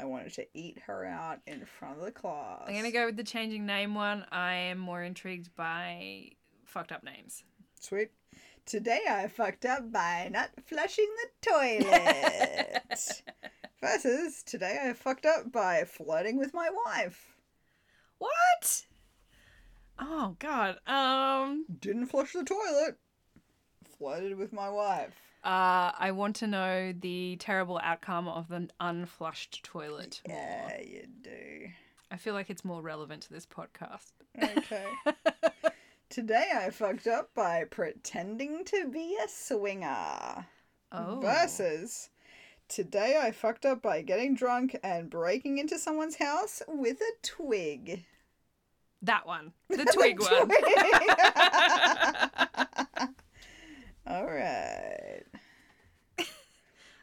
A: I wanted to eat her out in front of the class.
B: I'm gonna go with the changing name one. I am more intrigued by fucked up names.
A: Sweet. Today I fucked up by not flushing the toilet. versus today I fucked up by flirting with my wife.
B: What? Oh god. Um.
A: Didn't flush the toilet. Flirted with my wife.
B: Uh, I want to know the terrible outcome of an unflushed toilet. more.
A: Yeah, you do.
B: I feel like it's more relevant to this podcast.
A: Okay. Today I fucked up by pretending to be a swinger.
B: Oh.
A: Versus today I fucked up by getting drunk and breaking into someone's house with a twig.
B: That one. The twig one.
A: All right.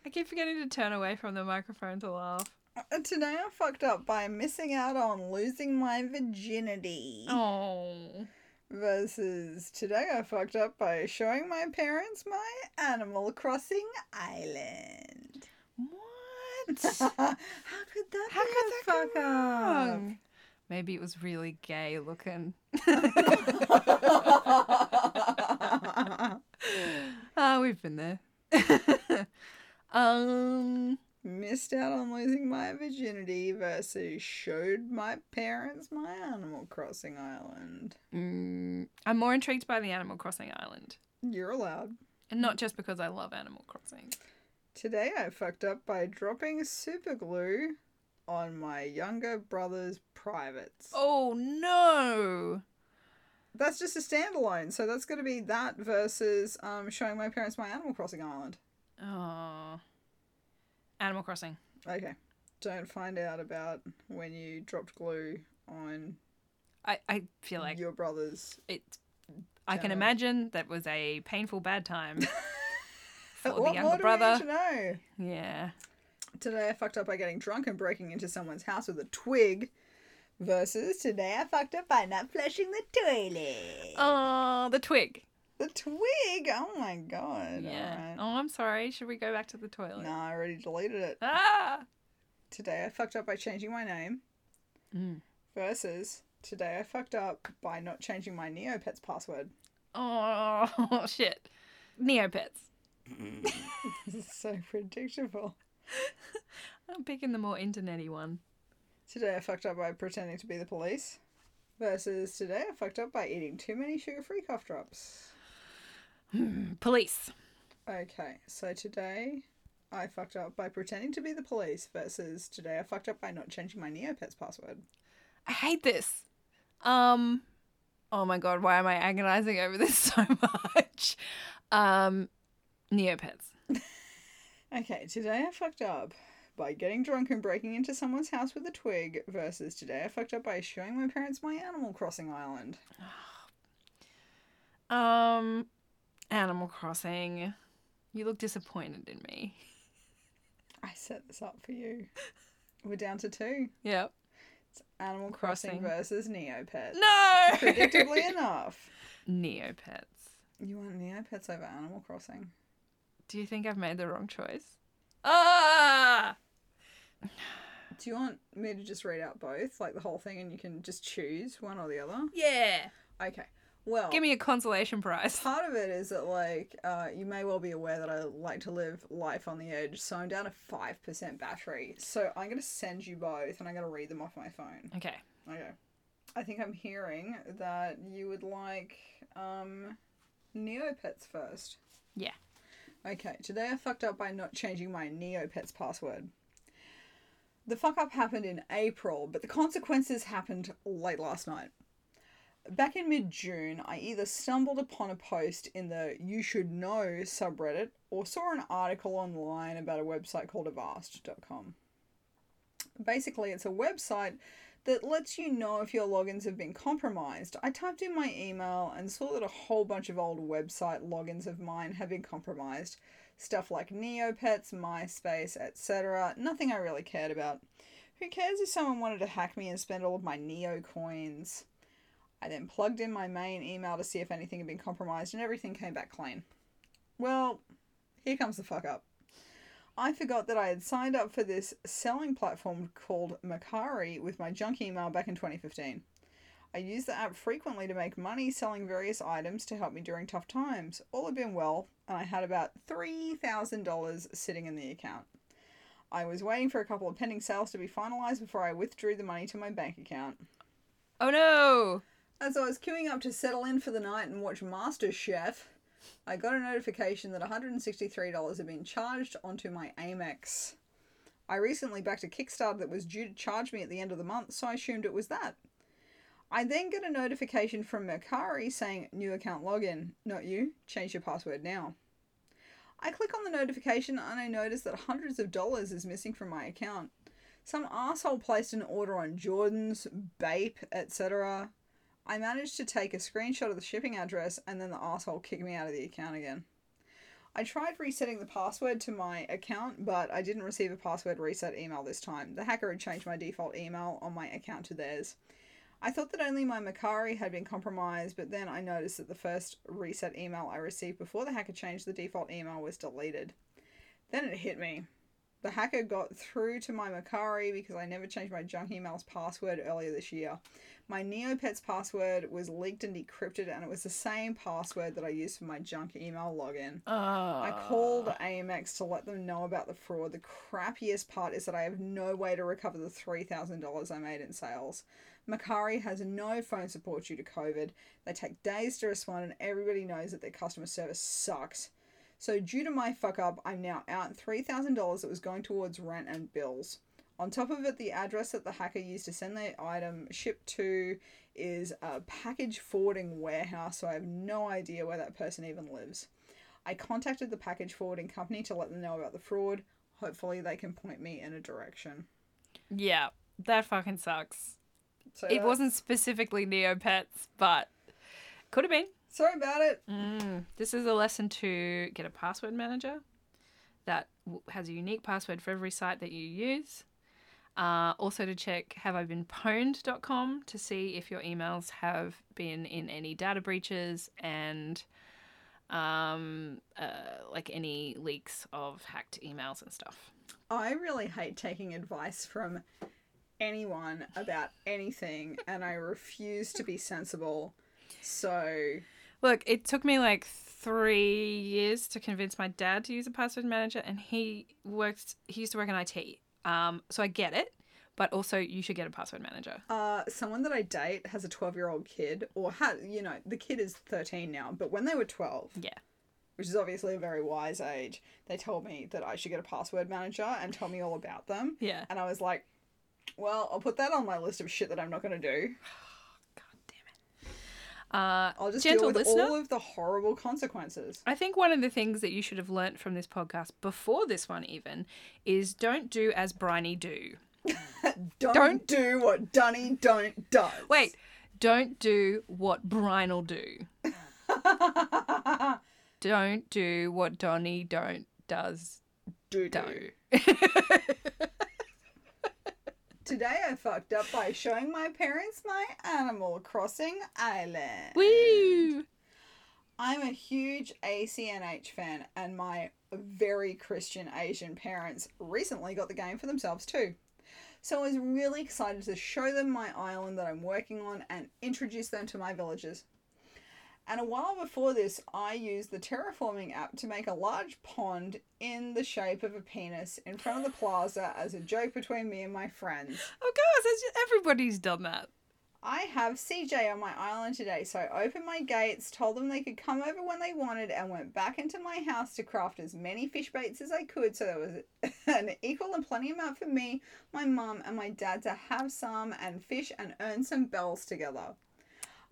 B: I keep forgetting to turn away from the microphone to laugh.
A: Uh, Today I fucked up by missing out on losing my virginity.
B: Oh.
A: Versus today I fucked up by showing my parents my Animal Crossing island.
B: What?
A: How could that
B: How
A: be
B: could
A: a
B: that go
A: fuck up?
B: wrong? Maybe it was really gay looking. Ah, we've been there. um,
A: Missed out on losing my virginity versus showed my parents my Animal Crossing island.
B: mm, I'm more intrigued by the Animal Crossing island,
A: You're allowed.
B: and not just because I love Animal Crossing.
A: Today I fucked up by dropping super glue on my younger brother's privates.
B: Oh no!
A: That's just a standalone, so that's going to be that versus um, showing my parents my Animal Crossing island.
B: Oh, Animal Crossing.
A: Okay. Don't find out about when you dropped glue on
B: I I feel like
A: your brother's.
B: it's. I can
A: General.
B: imagine that was a painful bad time for
A: what
B: the
A: more
B: younger brother.
A: do we need to know?
B: Yeah.
A: Today I fucked up by getting drunk and breaking into someone's house with a twig. Versus today I fucked up by not flushing the toilet.
B: Oh, the twig.
A: The twig. Oh my god.
B: Yeah.
A: All right.
B: Oh, I'm sorry. Should we go back to the toilet?
A: No, I already deleted it.
B: Ah.
A: Today I fucked up by changing my name.
B: Mm.
A: Versus today I fucked up by not changing my Neopets password.
B: Oh shit. Neopets.
A: This is so predictable.
B: I'm picking the more internety one.
A: Today I fucked up by pretending to be the police. Versus today I fucked up by eating too many sugar free cough drops.
B: Police.
A: Okay, so today I fucked up by pretending to be the police. Versus today I fucked up by not changing my Neopets password.
B: I hate this. Um oh my god, why am I agonizing over this so much? Um Neopets.
A: Okay, today I fucked up by getting drunk and breaking into someone's house with a twig. Versus today I fucked up by showing my parents my Animal Crossing island.
B: Um Animal Crossing. You look disappointed in me.
A: I set this up for you. We're down to two
B: Yep.
A: Animal Crossing,
B: Crossing.
A: versus Neopets.
B: No.
A: Predictably enough.
B: Neopets.
A: You want Neopets over Animal Crossing?
B: Do you think I've made the wrong choice? Ah!
A: Do you want me to just read out both, like the whole thing, and you can just choose one or the other?
B: Yeah.
A: Okay. Well,
B: Give me a consolation prize.
A: part of it is that, like, uh, you may well be aware that I like to live life on the edge, so I'm down to 5% battery. So I'm going to send you both, and I'm going to read them off my phone.
B: Okay.
A: Okay. I think I'm hearing that you would like um, Neopets first.
B: Yeah.
A: Okay, today I fucked up by not changing my Neopets password. The fuck up happened in April, but the consequences happened late last night. Back in mid June, I either stumbled upon a post in the You Should Know subreddit or saw an article online about a website called Avast.com. Basically, it's a website that lets you know if your logins have been compromised. I typed in my email and saw that a whole bunch of old website logins of mine have been compromised. Stuff like Neopets, MySpace, etc. Nothing I really cared about. Who cares if someone wanted to hack me and spend all of my Neo coins? I then plugged in my main email to see if anything had been compromised, and everything came back clean. Well, here comes the fuck up. I forgot that I had signed up for this selling platform called Macari with my junk email back in 2015. I used the app frequently to make money selling various items to help me during tough times. All had been well, and I had about $3,000 sitting in the account. I was waiting for a couple of pending sales to be finalized before I withdrew the money to my bank account.
B: Oh no!
A: As I was queuing up to settle in for the night and watch MasterChef, I got a notification that $163 had been charged onto my Amex. I recently backed a Kickstarter that was due to charge me at the end of the month, so I assumed it was that. I then get a notification from Mercari saying, New account login, not you, change your password now. I click on the notification and I notice that hundreds of dollars is missing from my account. Some asshole placed an order on Jordans, Bape, etc. I managed to take a screenshot of the shipping address and then the asshole kicked me out of the account again. I tried resetting the password to my account, but I didn't receive a password reset email this time. The hacker had changed my default email on my account to theirs. I thought that only my Macari had been compromised, but then I noticed that the first reset email I received before the hacker changed the default email was deleted. Then it hit me. The hacker got through to my Macari because I never changed my junk email's password earlier this year. My Neopets password was leaked and decrypted, and it was the same password that I used for my junk email login. I called AMX to let them know about the fraud. The crappiest part is that I have no way to recover the $3,000 I made in sales. Macari has no phone support due to COVID. They take days to respond, and everybody knows that their customer service sucks. So, due to my fuck up, I'm now out $3,000 that was going towards rent and bills. On top of it, the address that the hacker used to send their item shipped to is a package forwarding warehouse, so I have no idea where that person even lives. I contacted the package forwarding company to let them know about the fraud. Hopefully, they can point me in a direction.
B: Yeah, that fucking sucks.
A: So uh,
B: It
A: that-
B: wasn't specifically Neopets, but could have been.
A: Sorry about it.
B: This is a lesson to get a password manager that w- has a unique password for every site that you use. Uh, also to check haveibeenpwned.com to see if your emails have been in any data breaches and um, uh, like any leaks of hacked emails and stuff.
A: I really hate taking advice from anyone about anything, and I refuse to be sensible. So,
B: Look, it took me like three years to convince my dad to use a password manager, and he worked. He used to work in IT, um, so I get it. But also, you should get a password manager.
A: uh, someone that I date has a 12 year old kid, or had, you know, the kid is 13 now, but when they were 12,
B: Yeah.
A: which is obviously a very wise age, they told me that I should get a password manager and tell me all about them.
B: Yeah.
A: And I was like, well, I'll put that on my list of shit that I'm not going to do.
B: Uh,
A: I'll just deal
B: Gentle
A: with
B: listener.
A: all of the horrible consequences.
B: I think one of the things that you should have learnt from this podcast before this one even is don't do as Briny do.
A: Don't,
B: Don't-
A: do what Dunny don't does.
B: Wait, don't do what Brine'll do. don't do what Donny don't does
A: do
B: do.
A: Today I fucked up by showing my parents my Animal Crossing island.
B: Woo!
A: I'm a huge ACNH fan, and my very Christian Asian parents recently got the game for themselves too. So I was really excited to show them my island that I'm working on and introduce them to my villagers. And a while before this, I used the terraforming app to make a large pond in the shape of a penis in front of the plaza as a joke between me and my friends.
B: Oh, Of course, it's just, everybody's done that.
A: I have CJ on my island today, so I opened my gates, told them they could come over when they wanted, and went back into my house to craft as many fish baits as I could so there was an equal and plenty amount for me, my mum, and my dad to have some and fish and earn some bells together.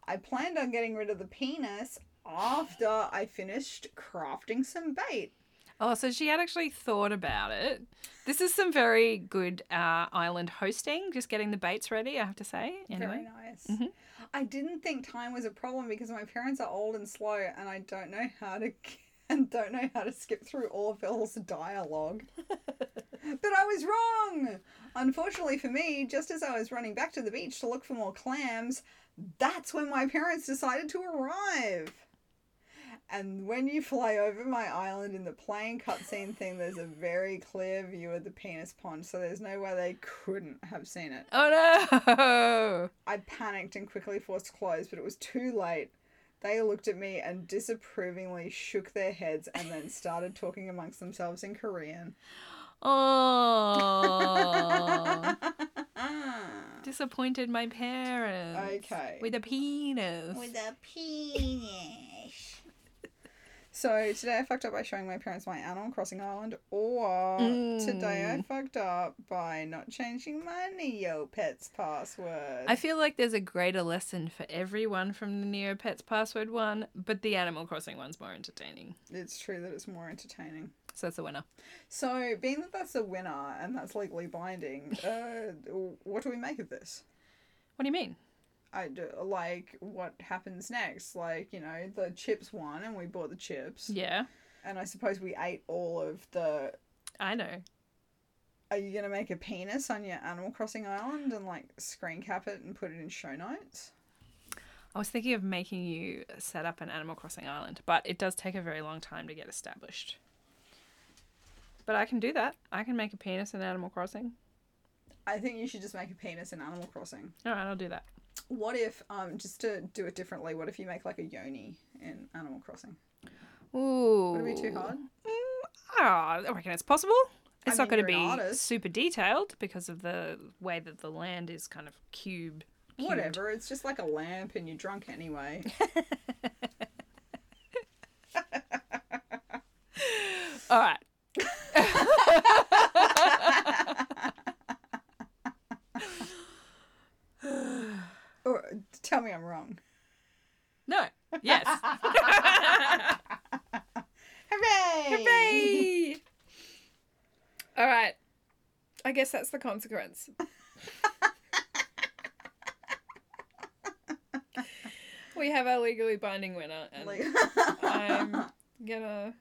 A: I planned on getting rid of the penis after I finished crafting some bait.
B: Oh, so she had actually thought about it. This is some very good uh, island hosting, just getting the baits ready, I have to say.
A: Very
B: Anyway.
A: nice. I didn't think time was a problem because my parents are old and slow, and I don't know how to and don't know how to skip through Orville's dialogue. but I was wrong. Unfortunately for me, just as I was running back to the beach to look for more clams, that's when my parents decided to arrive. And when you fly over my island in the plane cutscene thing, there's a very clear view of the penis pond, so there's no way they couldn't have seen it.
B: Oh, no.
A: I panicked and quickly forced close, but it was too late. They looked at me and disapprovingly shook their heads and then started talking amongst themselves in Korean.
B: Oh. Disappointed my parents.
A: Okay.
B: With a penis.
A: a penis. So today I fucked up by showing my parents my Animal Crossing Island, or today I fucked up by not changing my Neo Pets password.
B: I feel like there's a greater lesson for everyone from the Neopets password one, but the Animal Crossing one's more entertaining.
A: it's true that it's more entertaining.
B: So that's the winner.
A: So, being that that's a winner and that's legally binding, uh, what do we make of this?
B: What do you mean?
A: I d- like what happens next. Like you know, the chips won, and we bought the chips,
B: Yeah,
A: and I suppose we ate all of the.
B: I know.
A: Are you gonna make a penis on your Animal Crossing island and like screen cap it and put it in show notes?
B: I was thinking of making you set up an Animal Crossing island, but it does take a very long time to get established. But I can do that. I can make a penis in Animal Crossing.
A: I think you should just make a penis in Animal Crossing.
B: All right, I'll do that.
A: What if um just to do it differently? What if you make like a yoni in Animal Crossing?
B: Ooh.
A: Would it be too hard?
B: Ah, I reckon it's possible. It's
A: I
B: not
A: mean,
B: going to be
A: you're an artist.
B: super detailed because of the way that the land is kind of cube. cubed.
A: Whatever. It's just like a lamp, and you're drunk anyway.
B: All right.
A: or tell me I'm wrong.
B: No. Yes.
A: Hooray!
B: Yay! All right. I guess that's the consequence. we have our legally binding winner, and I'm gonna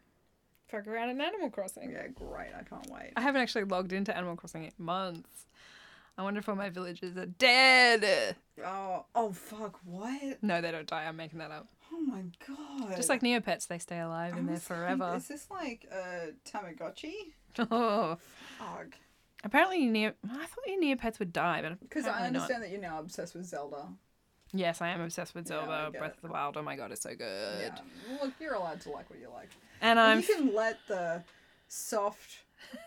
B: fuck around in Animal Crossing.
A: yeah, great. I can't wait.
B: I haven't actually logged into Animal Crossing in months. I wonder if all my villagers are dead.
A: Oh, oh, fuck! What?
B: No, they don't die. I'm making that up.
A: Oh my god!
B: Just like Neopets, they stay alive
A: I
B: and they're
A: was thinking,
B: forever.
A: Is this like a Tamagotchi?
B: Oh.
A: Fuck.
B: Apparently, Neo. I thought your Neopets would die, but
A: Because I
B: apparently not.
A: understand that you're now obsessed with Zelda.
B: Yes, I am obsessed with
A: Yeah, I
B: Zelda
A: get
B: Breath
A: it.
B: of the Wild. Oh my god, it's so good.
A: Yeah. Look, you're allowed to like what you like.
B: And
A: But
B: I'm
A: You can let the soft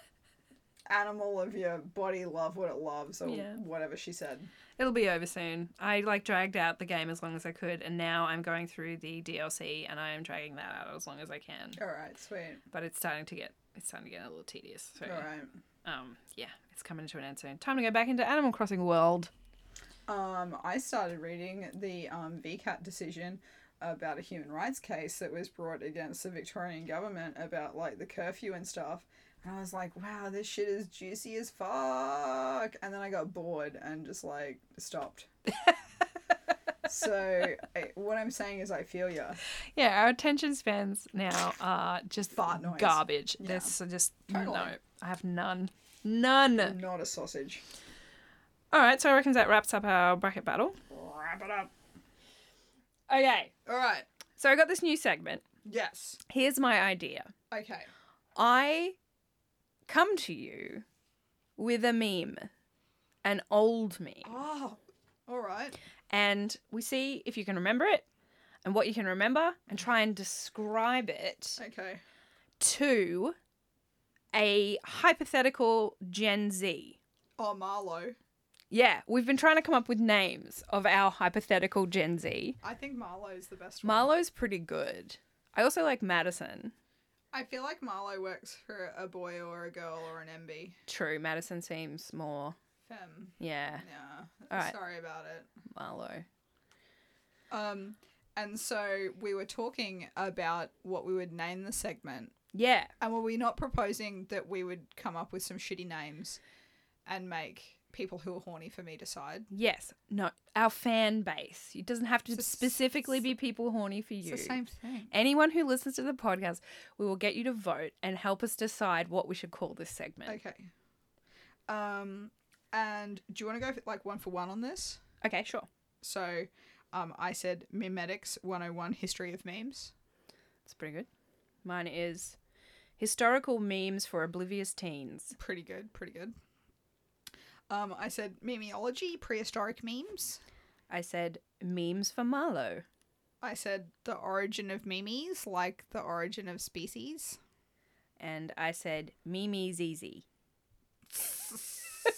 A: animal of your body love what it loves, or
B: Yeah.
A: whatever she said.
B: it'll be over soon. I like dragged out the game as long as I could, and now I'm going through the DLC and I am dragging that out as long as I can.
A: All right, sweet.
B: But it's starting to get it's starting to get a little tedious. So
A: All right.
B: um yeah, it's coming to an end soon. Time to go back into Animal Crossing World.
A: Um, I started reading the um, VCAT decision about a human rights case that was brought against the Victorian government about like the curfew and stuff. And I was like, wow, this shit is juicy as fuck. And then I got bored and just like stopped. so I, what I'm saying is, I feel ya.
B: Yeah, our attention spans now are just
A: Fart noise.
B: garbage.
A: Yeah.
B: There's just
A: Totally.
B: no. I have none. None.
A: Not a sausage.
B: All right, so I reckon that wraps up our bracket battle.
A: Wrap it up.
B: Okay.
A: All right.
B: So I got this new segment.
A: Yes.
B: Here's my idea.
A: Okay.
B: I come to you with a meme, an old meme,
A: Oh. All right.
B: and we see if you can remember it and what you can remember and try and describe it
A: Okay.
B: to a hypothetical Gen Z.
A: Oh, Marlo.
B: Yeah, we've been trying to come up with names of our hypothetical Gen Z.
A: I think Marlowe's the best one.
B: Marlo's pretty good. I also like Madison.
A: I feel like Marlowe works for a boy or a girl or an MB.
B: True, Madison seems more.
A: Femme.
B: Yeah,
A: Yeah.
B: All right.
A: Sorry about it.
B: Marlo.
A: Um, and so we were talking about what we would name the segment,
B: Yeah,
A: and were we not proposing that we would come up with some shitty names and make people who are horny for me decide?
B: yes. No, our fan base. It doesn't have to
A: It's the s-
B: specifically be people horny for you.
A: It's the same thing.
B: Anyone who listens to the podcast, we will get you to vote and help us decide what we should call this segment.
A: Okay. Um, and do you want to go like one for one on this?
B: Okay, sure.
A: So, um, I said Mimetics 101 History of Memes.
B: That's pretty good. Mine is historical memes for oblivious teens.
A: Pretty good, pretty good. Um, I said Memeology Prehistoric Memes.
B: I said memes for Marlowe.
A: I said the origin of memes, like the origin of species.
B: and I said Mimi Zizi.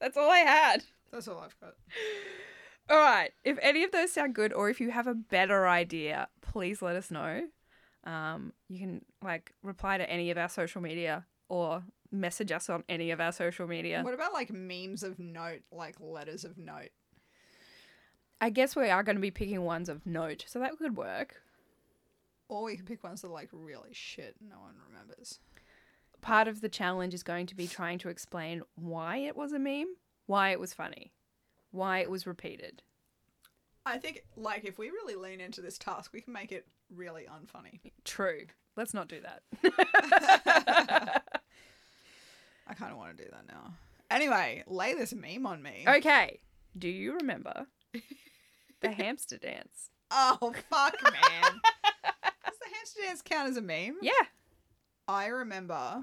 B: That's all I had.
A: That's all I've got.
B: All right. If any of those sound good, or if you have a better idea, please let us know. Um, you can like reply to any of our social media or message us on any of our social media.
A: What about like memes of note, like letters of note?
B: I guess we are going to be picking ones of note, so that could work.
A: Or we can pick ones that are like really shit no one remembers.
B: Part of the challenge is going to be trying to explain why it was a meme, why it was funny, why it was repeated.
A: I think like if we really lean into this task, we can make it really unfunny.
B: True. Let's not do that.
A: I kind of want to do that now. Anyway, lay this meme on me.
B: okay. Do you remember the hamster dance?
A: Oh fuck, man! Does the hamster dance count as a meme?
B: Yeah.
A: I remember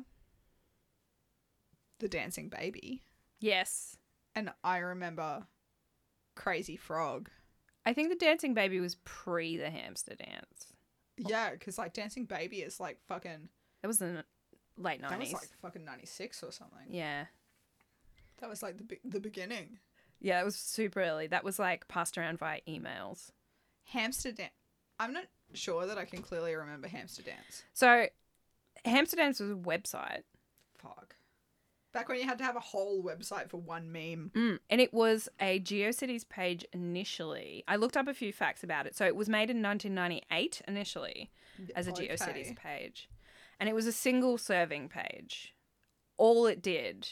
A: the dancing baby.
B: Yes.
A: and I remember Crazy Frog.
B: I think the dancing baby was pre the hamster dance.
A: Yeah, because like Dancing Baby is like fucking
B: That was in the late
A: that was
B: nineties.
A: like fucking ninety six or something.
B: Yeah.
A: That was like the be- the beginning.
B: Yeah, that was super early. That was like passed around via emails.
A: Hamster dance. I'm not sure that I can clearly remember Hamster Dance.
B: So Hamster Dance was a website.
A: Fuck. Back when you had to have a whole website for one meme.
B: Mm. And it was a GeoCities page initially. I looked up a few facts about it. So it was made in 1998 initially as a
A: Okay.
B: GeoCities page. And it was a single serving page. All it did,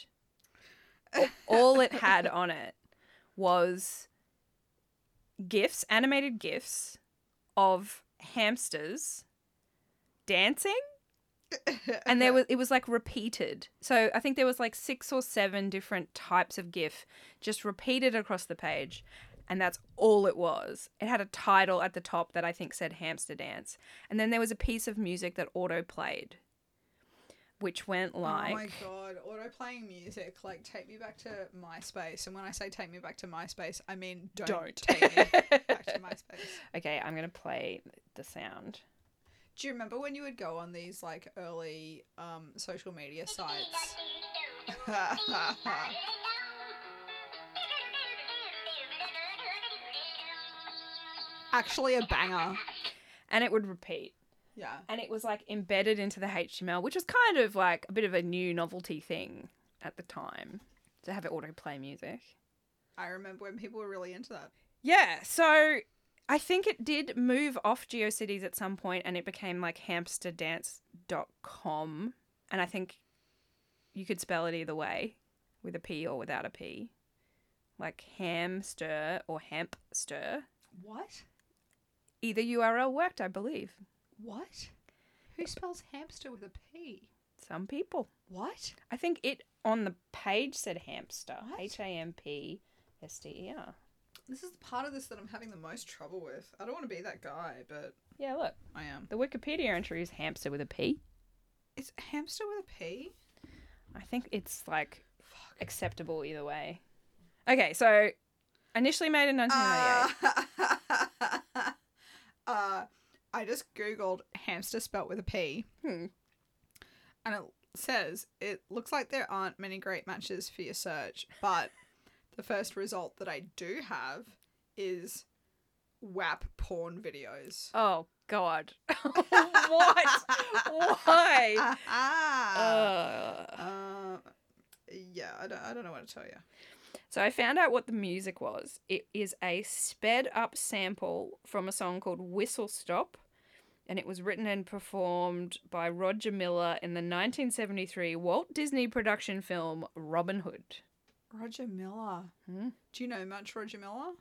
B: all it had on it was GIFs, animated GIFs of hamsters dancing and there was it was like repeated. So I think there was like six or seven different types of GIF just repeated across the page, and that's all it was. It had a title at the top that I think said hamster dance, and then there was a piece of music that auto played, which went
A: Oh my
B: like
A: god, auto playing music, like take me back to MySpace. And when I say take me back to MySpace, I mean don't,
B: Don't.
A: take me back to MySpace.
B: okay, I'm gonna play the sound.
A: Do you remember when you would go on these like early um, social media sites? Actually, a banger.
B: And it would repeat.
A: Yeah.
B: And it was like embedded into the HTML, which was kind of like a bit of a new novelty thing at the time to have it autoplay music.
A: I remember when people were really into that.
B: Yeah, so I think it did move off GeoCities at some point and it became like hamsterdance.com. And I think you could spell it either way with a P or without a P. Like hamster or hampster.
A: What?
B: Either URL worked, I believe.
A: What? Who spells hamster with a P?
B: Some people.
A: What?
B: I think it on the page said hamster.
A: What?
B: H A M P S T E R.
A: This is the part of this that I'm having the most trouble with. I don't want to be that guy, but
B: Yeah, look.
A: I am.
B: The Wikipedia entry is hamster with a P.
A: It's hamster with a P?
B: I think it's like acceptable either way. Okay, so initially made
A: Ah.
B: in 1998.
A: Uh, uh, I just googled hamster spelt with a P.
B: Hmm.
A: And it says it looks like there aren't many great matches for your search, but the first result that I do have is WAP porn videos.
B: Oh God. what? Why?
A: Ah.
B: Uh,
A: Um, yeah, I don't, I don't know what to tell you.
B: so I found out what the music was. It is a sped up sample from a song called Whistle Stop, and it was written and performed by Roger Miller in the 1973 Walt Disney production film Robin Hood.
A: Roger Miller.
B: Hmm?
A: Do you know much Roger Miller?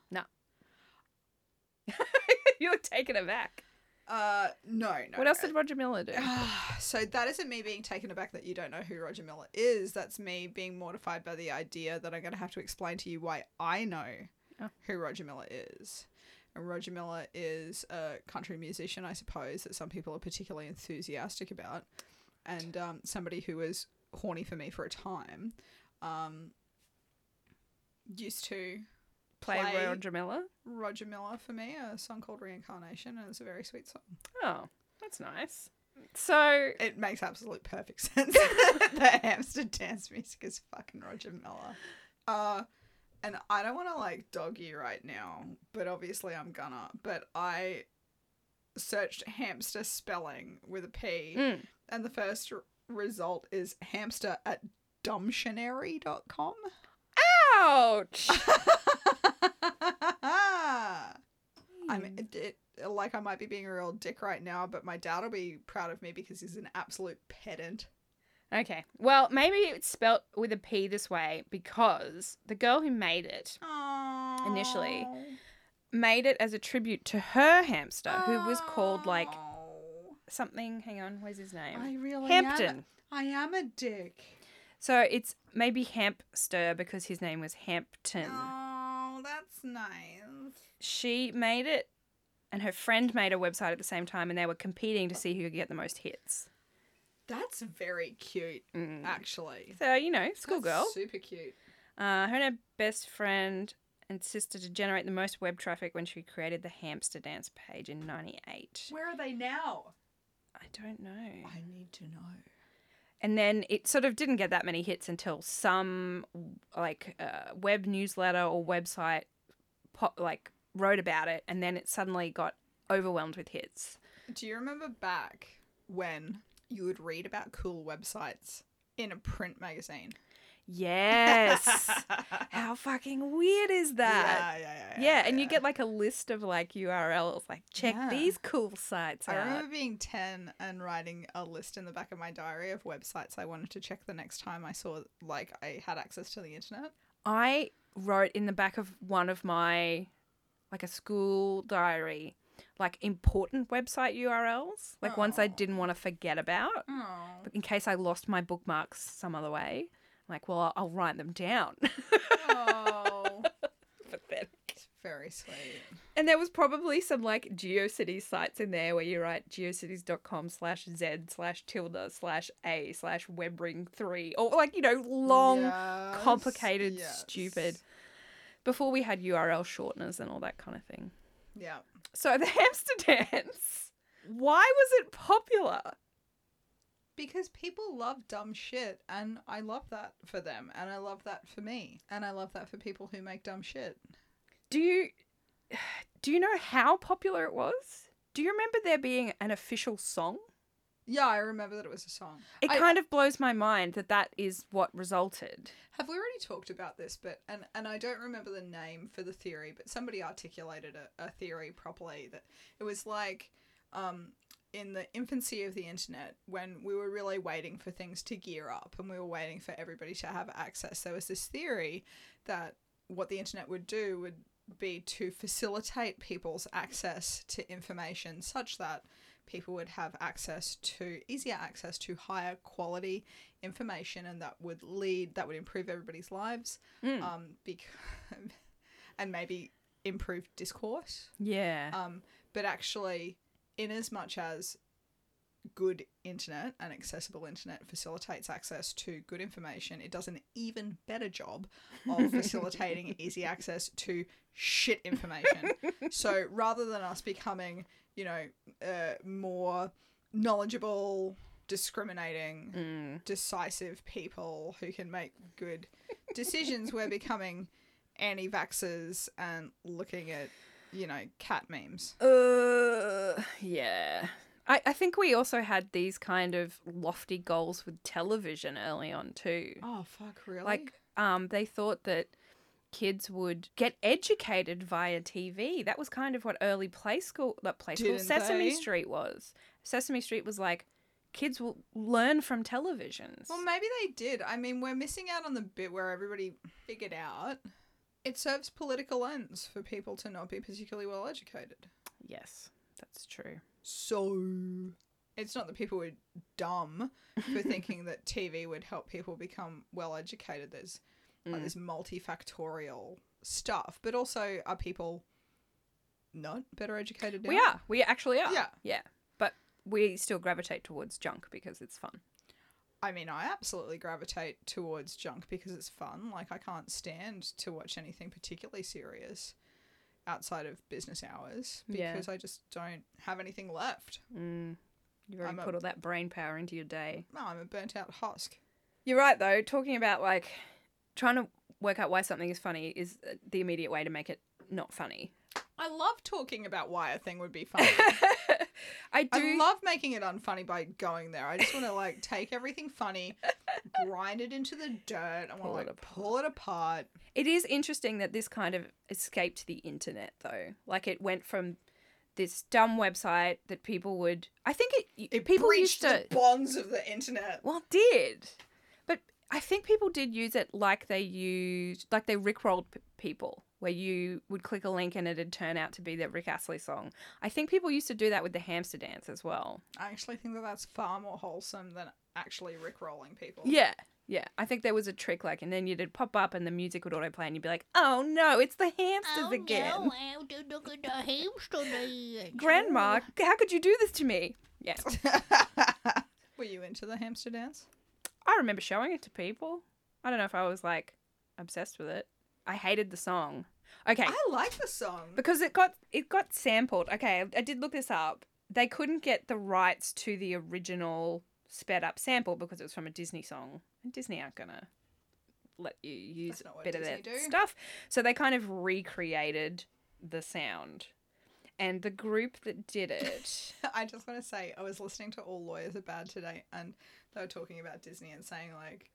B: You're taken aback.
A: Uh, no, no.
B: what else
A: no.
B: did Roger Miller do?
A: Ah, so that isn't me being taken aback that you don't know who Roger Miller is. That's me being mortified by the idea that I'm going to have to explain to you why I know
B: Oh.
A: who Roger Miller is. And Roger Miller is a country musician, I suppose, that some people are particularly enthusiastic about, and um, somebody who was horny for me for a time. Um, used to
B: Play,
A: play-
B: Roger Miller.
A: Roger Miller for me, a song called Reincarnation, and it's a very sweet song.
B: Oh, that's nice. So
A: It makes absolute perfect sense. the hamster dance music is fucking Roger Miller. Uh, and I don't want to like dog you right now, but obviously I'm gonna. But I searched hamster spelling with a P,
B: Mm.
A: and the first r- result is hamster at dumbtionary.com.
B: ouch. Hmm. Mm.
A: I'm it, it, like I might be being a real dick right now, but my dad will be proud of me because he's an absolute pedant.
B: okay. Well, maybe it's spelt with a P this way because the girl who made it Initially, made it as a tribute to her hamster who was called like
A: Oh.
B: something. Hang on, where's his name?
A: I really
B: Hampton.
A: Am, I am a dick.
B: So it's maybe Hampster because his name was Hampton.
A: Oh, that's nice.
B: She made it and her friend made a website at the same time and they were competing to see who could get the most hits.
A: That's very cute,
B: Mm.
A: actually.
B: So, you know, schoolgirl.
A: That's Super cute.
B: Uh, her and her best friend and sister to generate the most web traffic when she created the hamster dance page in 98.
A: Where are they now?
B: I don't know.
A: I need to know.
B: And then it sort of didn't get that many hits until some like uh, web newsletter or website pop, like wrote about it and then it suddenly got overwhelmed with hits.
A: Do you remember back when you would read about cool websites in a print magazine?
B: Yes. How fucking weird is that?
A: Yeah, yeah, yeah.
B: Yeah, and you get like a list of like URLs like check
A: Yeah.
B: these cool sites
A: I
B: out.
A: remember being 10 and writing a list in the back of my diary of websites I wanted to check the next time I saw, like, I had access to the internet.
B: I wrote in the back of one of my like a school diary like important website URLs, like ones I didn't want to forget about
A: Oh.
B: in case I lost my bookmarks some other way. Like, well, I'll, I'll write them down. Pathetic.
A: It's very sweet.
B: And there was probably some like GeoCities sites in there where you write geocities.com slash Z slash tilde slash A slash webring three or like, you know, long
A: Yes,
B: complicated,
A: yes.
B: stupid. Before we had URL shorteners and all that kind of thing.
A: Yeah.
B: So the hamster dance. Why was it popular?
A: Because people love dumb shit, and I love that for them, and I love that for me, and I love that for people who make dumb shit.
B: Do you do you know how popular it was? Do you remember there being an official song?
A: Yeah, I remember that it was a song.
B: It
A: I-
B: kind of blows my mind that that is what resulted.
A: Have we already talked about this? But and and I don't remember the name for the theory, but somebody articulated a, a theory properly that it was like, um, in the infancy of the internet when we were really waiting for things to gear up and we were waiting for everybody to have access. There was this theory that what the internet would do would be to facilitate people's access to information such that people would have access to easier access to higher quality information and that would lead that would improve everybody's lives
B: Mm.
A: um because, and maybe improve discourse
B: Yeah.
A: um, but actually, in as much as good internet and accessible internet facilitates access to good information, it does an even better job of facilitating easy access to shit information. so rather than us becoming, you know, uh, more knowledgeable, discriminating,
B: Mm.
A: decisive people who can make good decisions, we're becoming anti vaxxers and looking at, you know, cat memes.
B: Uh, yeah. I, I think we also had these kind of lofty goals with television early on too.
A: Oh, fuck, really?
B: Like, um, they thought that kids would get educated via TV. That was kind of what early play school, that play school
A: Didn't
B: Sesame
A: they?
B: Street was. Sesame Street was like, kids will learn from televisions.
A: Well, maybe they did. I mean, we're missing out on the bit where everybody figured out it serves political ends for people to not be particularly well educated.
B: yes, that's true.
A: So it's not that people were dumb for thinking that TV would help people become well educated. There's like this multifactorial stuff, but also are people not better educated now?
B: We are. We actually are.
A: Yeah.
B: Yeah. But we still gravitate towards junk because it's fun.
A: I mean, I absolutely gravitate towards junk because it's fun. Like, I can't stand to watch anything particularly serious outside of business hours
B: Yeah.
A: because I just don't have anything left.
B: Mm. You've already
A: I'm a-
B: put all that brain power into your day.
A: No, I'm a burnt out husk.
B: You're right, though. Talking about like trying to work out why something is funny is uh, the immediate way to make it not funny.
A: I love talking about why a thing would be funny.
B: I do.
A: I love making it unfunny by going there. I just want to like take everything funny, grind it into the dirt. I want to
B: Pull it
A: like pull it apart.
B: It is interesting that this kind of escaped the internet, though. Like it went from this dumb website that people would. I think it.
A: It
B: people used
A: breached
B: to.
A: the bonds of the internet.
B: Well, it did. But I think people did use it like they used, like they Rickrolled p- people, where you would click a link and it'd turn out to be that Rick Astley song. I think people used to do that with the hamster dance as well.
A: I actually think that that's far more wholesome than actually rickrolling people.
B: Yeah. Yeah. I think there was a trick, like, and then you'd pop up and the music would autoplay and you'd be like, oh no, it's the hamsters
E: Oh,
B: again.
E: I'll do look at the hamster dance.
B: Grandma, how could you do this to me? Yeah.
A: Were you into the hamster dance?
B: I remember showing it to people. I don't know if I was like obsessed with it. I hated the song. Okay.
A: I like the song.
B: because it got it got sampled. Okay, I- I did look this up. They couldn't get the rights to the original sped up sample because it was from a Disney song, and Disney aren't gonna let you use
A: That's not
B: a
A: what
B: bit of
A: Disney
B: their
A: do.
B: stuff. So they kind of recreated the sound, and the group that did it.
A: I just want to say I was listening to All Lawyers Are Bad today, and they were talking about Disney and saying like,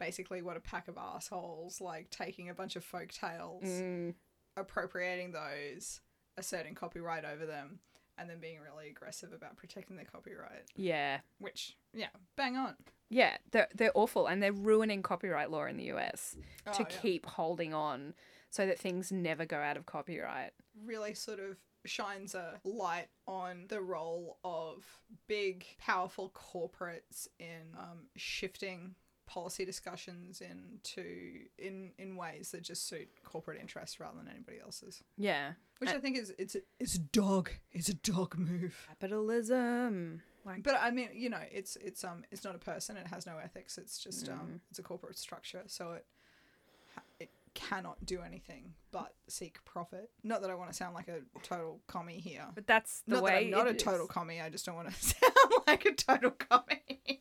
A: basically, what a pack of assholes! Like taking a bunch of folk tales,
B: Mm,
A: appropriating those, asserting copyright over them, and then being really aggressive about protecting their copyright.
B: yeah,
A: Which, yeah, bang on.
B: yeah, they're they're awful, and they're ruining copyright law in the U.S. to
A: Oh, yeah.
B: keep holding on so that things never go out of copyright.
A: really sort of shines a light on the role of big, powerful corporates in um, shifting policy discussions into in in ways that just suit corporate interests rather than anybody else's.
B: Yeah.
A: Which I think is it's a, it's a dog it's a dog move.
B: Capitalism. Like
A: But I mean, you know, it's it's um it's not a person. It has no ethics. It's just
B: Mm.
A: um it's a corporate structure. So it ha- it cannot do anything but seek profit. Not that I want to sound like a total commie here.
B: But that's the
A: not
B: way.
A: that I'm not
B: it
A: a total
B: is.
A: commie. I just don't want to sound like a total commie.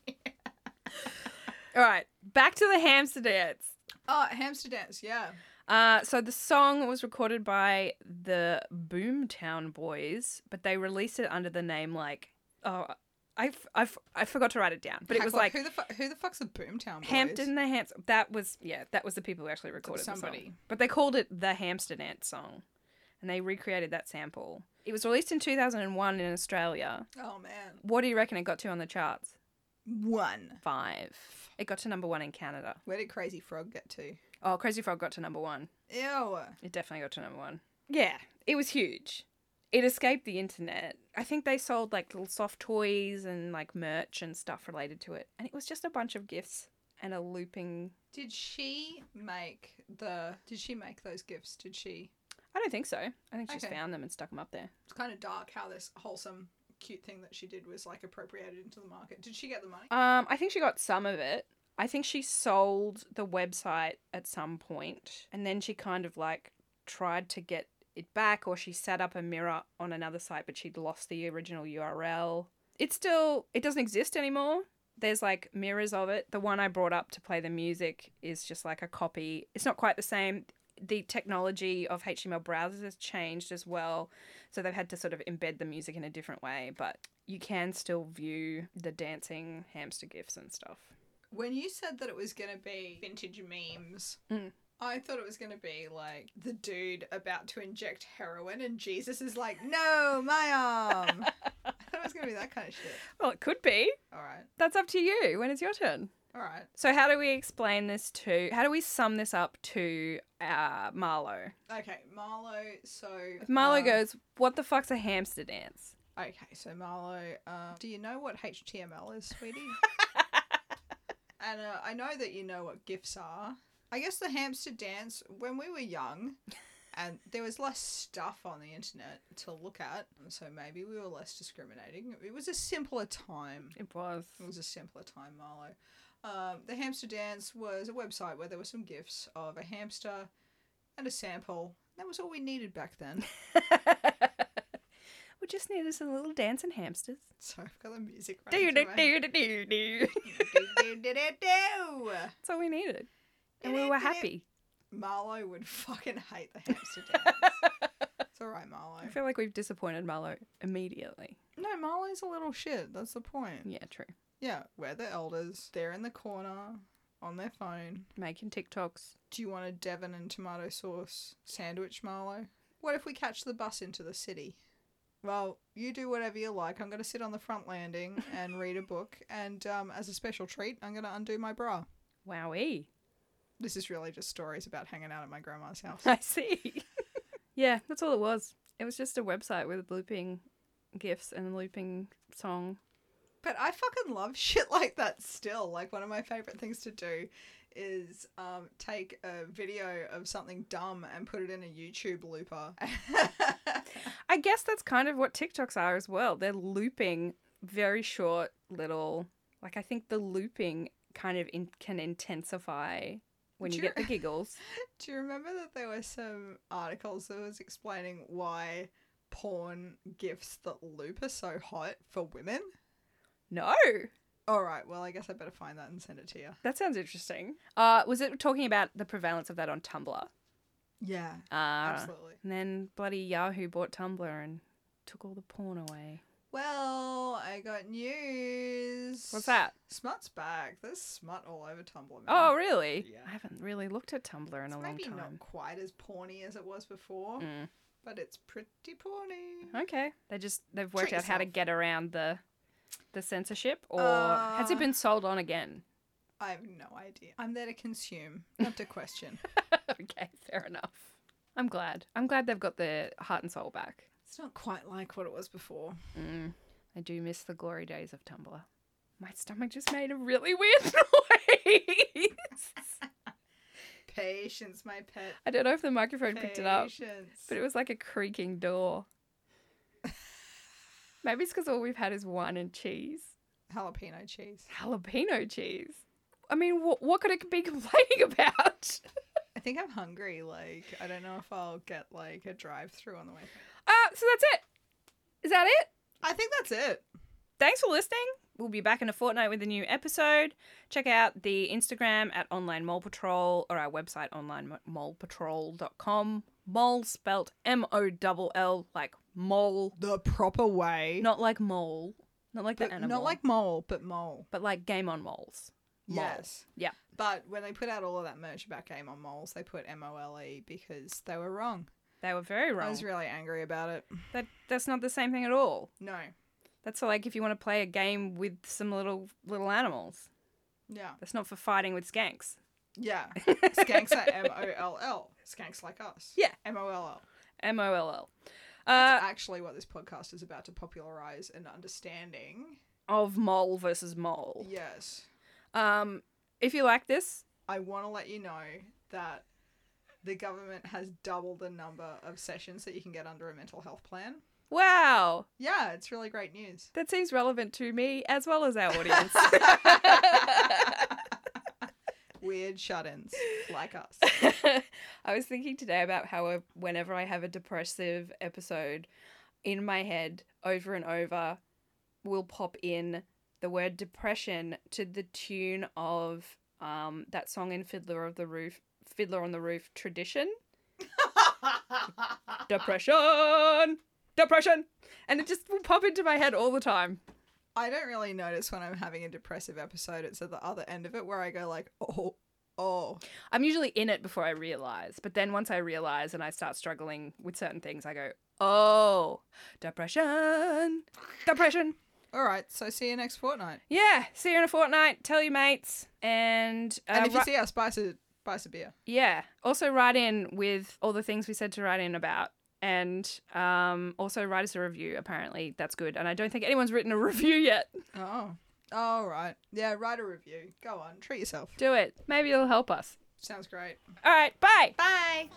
B: All right, back to the hamster dance.
A: oh, hamster dance. Yeah.
B: Uh, so the song was recorded by the Boomtown Boys, but they released it under the name like oh, I, f- I, f- I forgot to write it down, but it
A: Heck,
B: was
A: what-
B: like
A: who the fu- who the fuck's a boomtown boys?
B: Hampton the Hamster. That was yeah, that was the people who actually recorded the
A: somebody.
B: song. But they called it the Hamster Dance song, and they recreated that sample. It was released in 2001 in Australia.
A: Oh man.
B: What do you reckon it got to on the charts?
A: One.
B: Five. It got to number one in Canada.
A: Where did Crazy Frog get to?
B: Oh, Crazy Frog got to number one.
A: Ew.
B: It definitely got to number one. Yeah, it was huge. It escaped the internet. I think they sold like little soft toys and like merch and stuff related to it. And it was just a bunch of gifts and a looping.
A: Did she make the? Did she make those gifts? Did she?
B: I don't think so. I think she just
A: Okay.
B: found them and stuck them up there.
A: It's kind of dark how this wholesome, cute thing that she did was like appropriated into the market. Did she get the money?
B: Um, I think she got some of it. I think she sold the website at some point and then she kind of like tried to get it back or she set up a mirror on another site but she'd lost the original URL. It's still it doesn't exist anymore. There's like mirrors of it. The one I brought up to play the music is just like a copy. It's not quite the same. the technology of HTML browsers has changed as well, so they've had to sort of embed the music in a different way. But you can still view the dancing hamster gifs and stuff.
A: When you said that it was going to be vintage memes,
B: Mm.
A: I thought it was going to be like the dude about to inject heroin and Jesus is like, no, my arm. I thought it was going to be that kind of shit.
B: Well, it could be.
A: All right.
B: That's up to you when it's your turn.
A: All right.
B: So how do we explain this to? How do we sum this up to uh, Marlo?
A: Okay, Marlo. So.
B: If Marlo
A: um,
B: goes, "What the fuck's a hamster dance?"
A: Okay, so Marlo, um, do you know what HTML is, sweetie? and uh, I know that you know what GIFs are. I guess the hamster dance, when we were young, and there was less stuff on the internet to look at, so maybe we were less discriminating. It was a simpler time.
B: It was.
A: It was a simpler time, Marlo. Um, the hamster dance was a website where there were some GIFs of a hamster and a sample. That was all we needed back then.
B: we just needed some little dancing hamsters.
A: So I've got the music right.
B: Do do do do do do. That's all we needed, and we were happy.
A: Marlo would fucking hate the hamster dance. it's all right,
B: I
A: Marlo.
B: feel like we've disappointed Marlo immediately.
A: No, Marlo's a little shit. That's the point.
B: Yeah, true.
A: Yeah, we're the elders. They're in the corner on their phone.
B: Making TikToks.
A: Do you want a Devon and tomato sauce sandwich, Marlo? What if we catch the bus into the city? Well, you do whatever you like. I'm going to sit on the front landing and read a book. And um, as a special treat, I'm going to undo my bra.
B: Wowie.
A: This is really just stories about hanging out at my grandma's house.
B: I see. yeah, that's all it was. It was just a website with looping gifs and looping song.
A: But I fucking love shit like that still. Like one of my favorite things to do is um, take a video of something dumb and put it in a YouTube looper.
B: I guess that's kind of what TikToks are as well. They're looping very short little like I think the looping kind of in, can intensify when you
A: Sure.
B: get the giggles.
A: do you remember that there were some articles that was explaining why porn gifts that loop are so hot for women?
B: No.
A: All right, well I guess I better find that and send it to you.
B: That sounds interesting. Uh was it talking about the prevalence of that on Tumblr?
A: Yeah,
B: Uh
A: absolutely.
B: and then bloody Yahoo bought Tumblr and took all the porn away.
A: Well, I got news.
B: What's that?
A: Smut's back. There's smut all over Tumblr. Man.
B: Oh, really?
A: Yeah.
B: I haven't really looked at Tumblr in
A: It's
B: a long
A: maybe
B: time.
A: not quite as porny as it was before,
B: Mm.
A: but it's pretty porny.
B: Okay. They just they've worked
A: Treat
B: out how to
A: yourself.
B: get around the the censorship or has it
A: Uh,
B: been sold on again?
A: I have no idea. I'm there to consume, not to question.
B: okay, fair enough. I'm glad. I'm glad they've got their heart and soul back.
A: it's not quite like what it was before.
B: Mm. I do miss the glory days of Tumblr. My stomach just made a really weird noise.
A: Patience, my pet.
B: I don't know if the microphone picked it up,
A: Patience.
B: but it was like a creaking door. Maybe it's because all we've had is wine and cheese.
A: Jalapeno cheese.
B: jalapeno cheese. I mean, wh- what could it be complaining about?
A: I think I'm hungry. Like, I don't know if I'll get like a drive through on the way.
B: Uh, so that's it. Is that it?
A: I think that's it.
B: Thanks for listening. We'll be back in a fortnight with a new episode. Check out the Instagram at Online Mole Patrol or our website, onlinemolepatrol.com. Mole spelt M O L L, like mole,
A: The proper way.
B: not like mole, not like
A: But
B: the animal,
A: not like mole, but mole.
B: but like game on moles. Mole.
A: Yes.
B: Yeah.
A: But when they put out all of that merch about Game on Moles, they put M O L E because they were wrong.
B: They were very
A: I
B: wrong.
A: was really angry about it.
B: that that's not the same thing at all.
A: No.
B: That's like if you want to play a game with some little little animals.
A: Yeah.
B: That's not for fighting with skanks.
A: Yeah. Skanks are M O L L. Skanks like us.
B: Yeah.
A: M O L L.
B: M O L L. Uh,
A: Actually, what this podcast is about to popularize an understanding.
B: of mole versus
A: Oh.
B: mole.
A: Yes.
B: Um, if you like this,
A: I want to let you know that the government has doubled the number of sessions that you can get under a mental health plan.
B: wow,
A: Yeah, it's really great news.
B: that seems relevant to me as well as our audience.
A: Weird shut ins like us.
B: I was thinking today about how I, whenever I have a depressive episode, in my head over and over will pop in the word depression to the tune of um, that song in Fiddler of the Roof, Fiddler on the Roof tradition. Depression! Depression! And it just will pop into my head all the time.
A: I don't really notice when I'm having a depressive episode. It's at the other end of it where I go like, oh, oh.
B: I'm usually in it before I realize, but then once I realize and I start struggling with certain things, I go, oh, depression! Depression!
A: All right. So see you next fortnight.
B: Yeah, see you in a fortnight. Tell your mates. And, uh,
A: And if you
B: ri-
A: see us, buy us a, buy us a beer.
B: yeah, also write in with all the things we said to write in about. And um, also write us a review. Apparently, that's good. And I don't think anyone's written a review yet.
A: Oh. All right. Yeah. Write a review. Go on. Treat yourself.
B: Do it. Maybe it'll help us.
A: Sounds great.
B: All right. Bye.
A: Bye.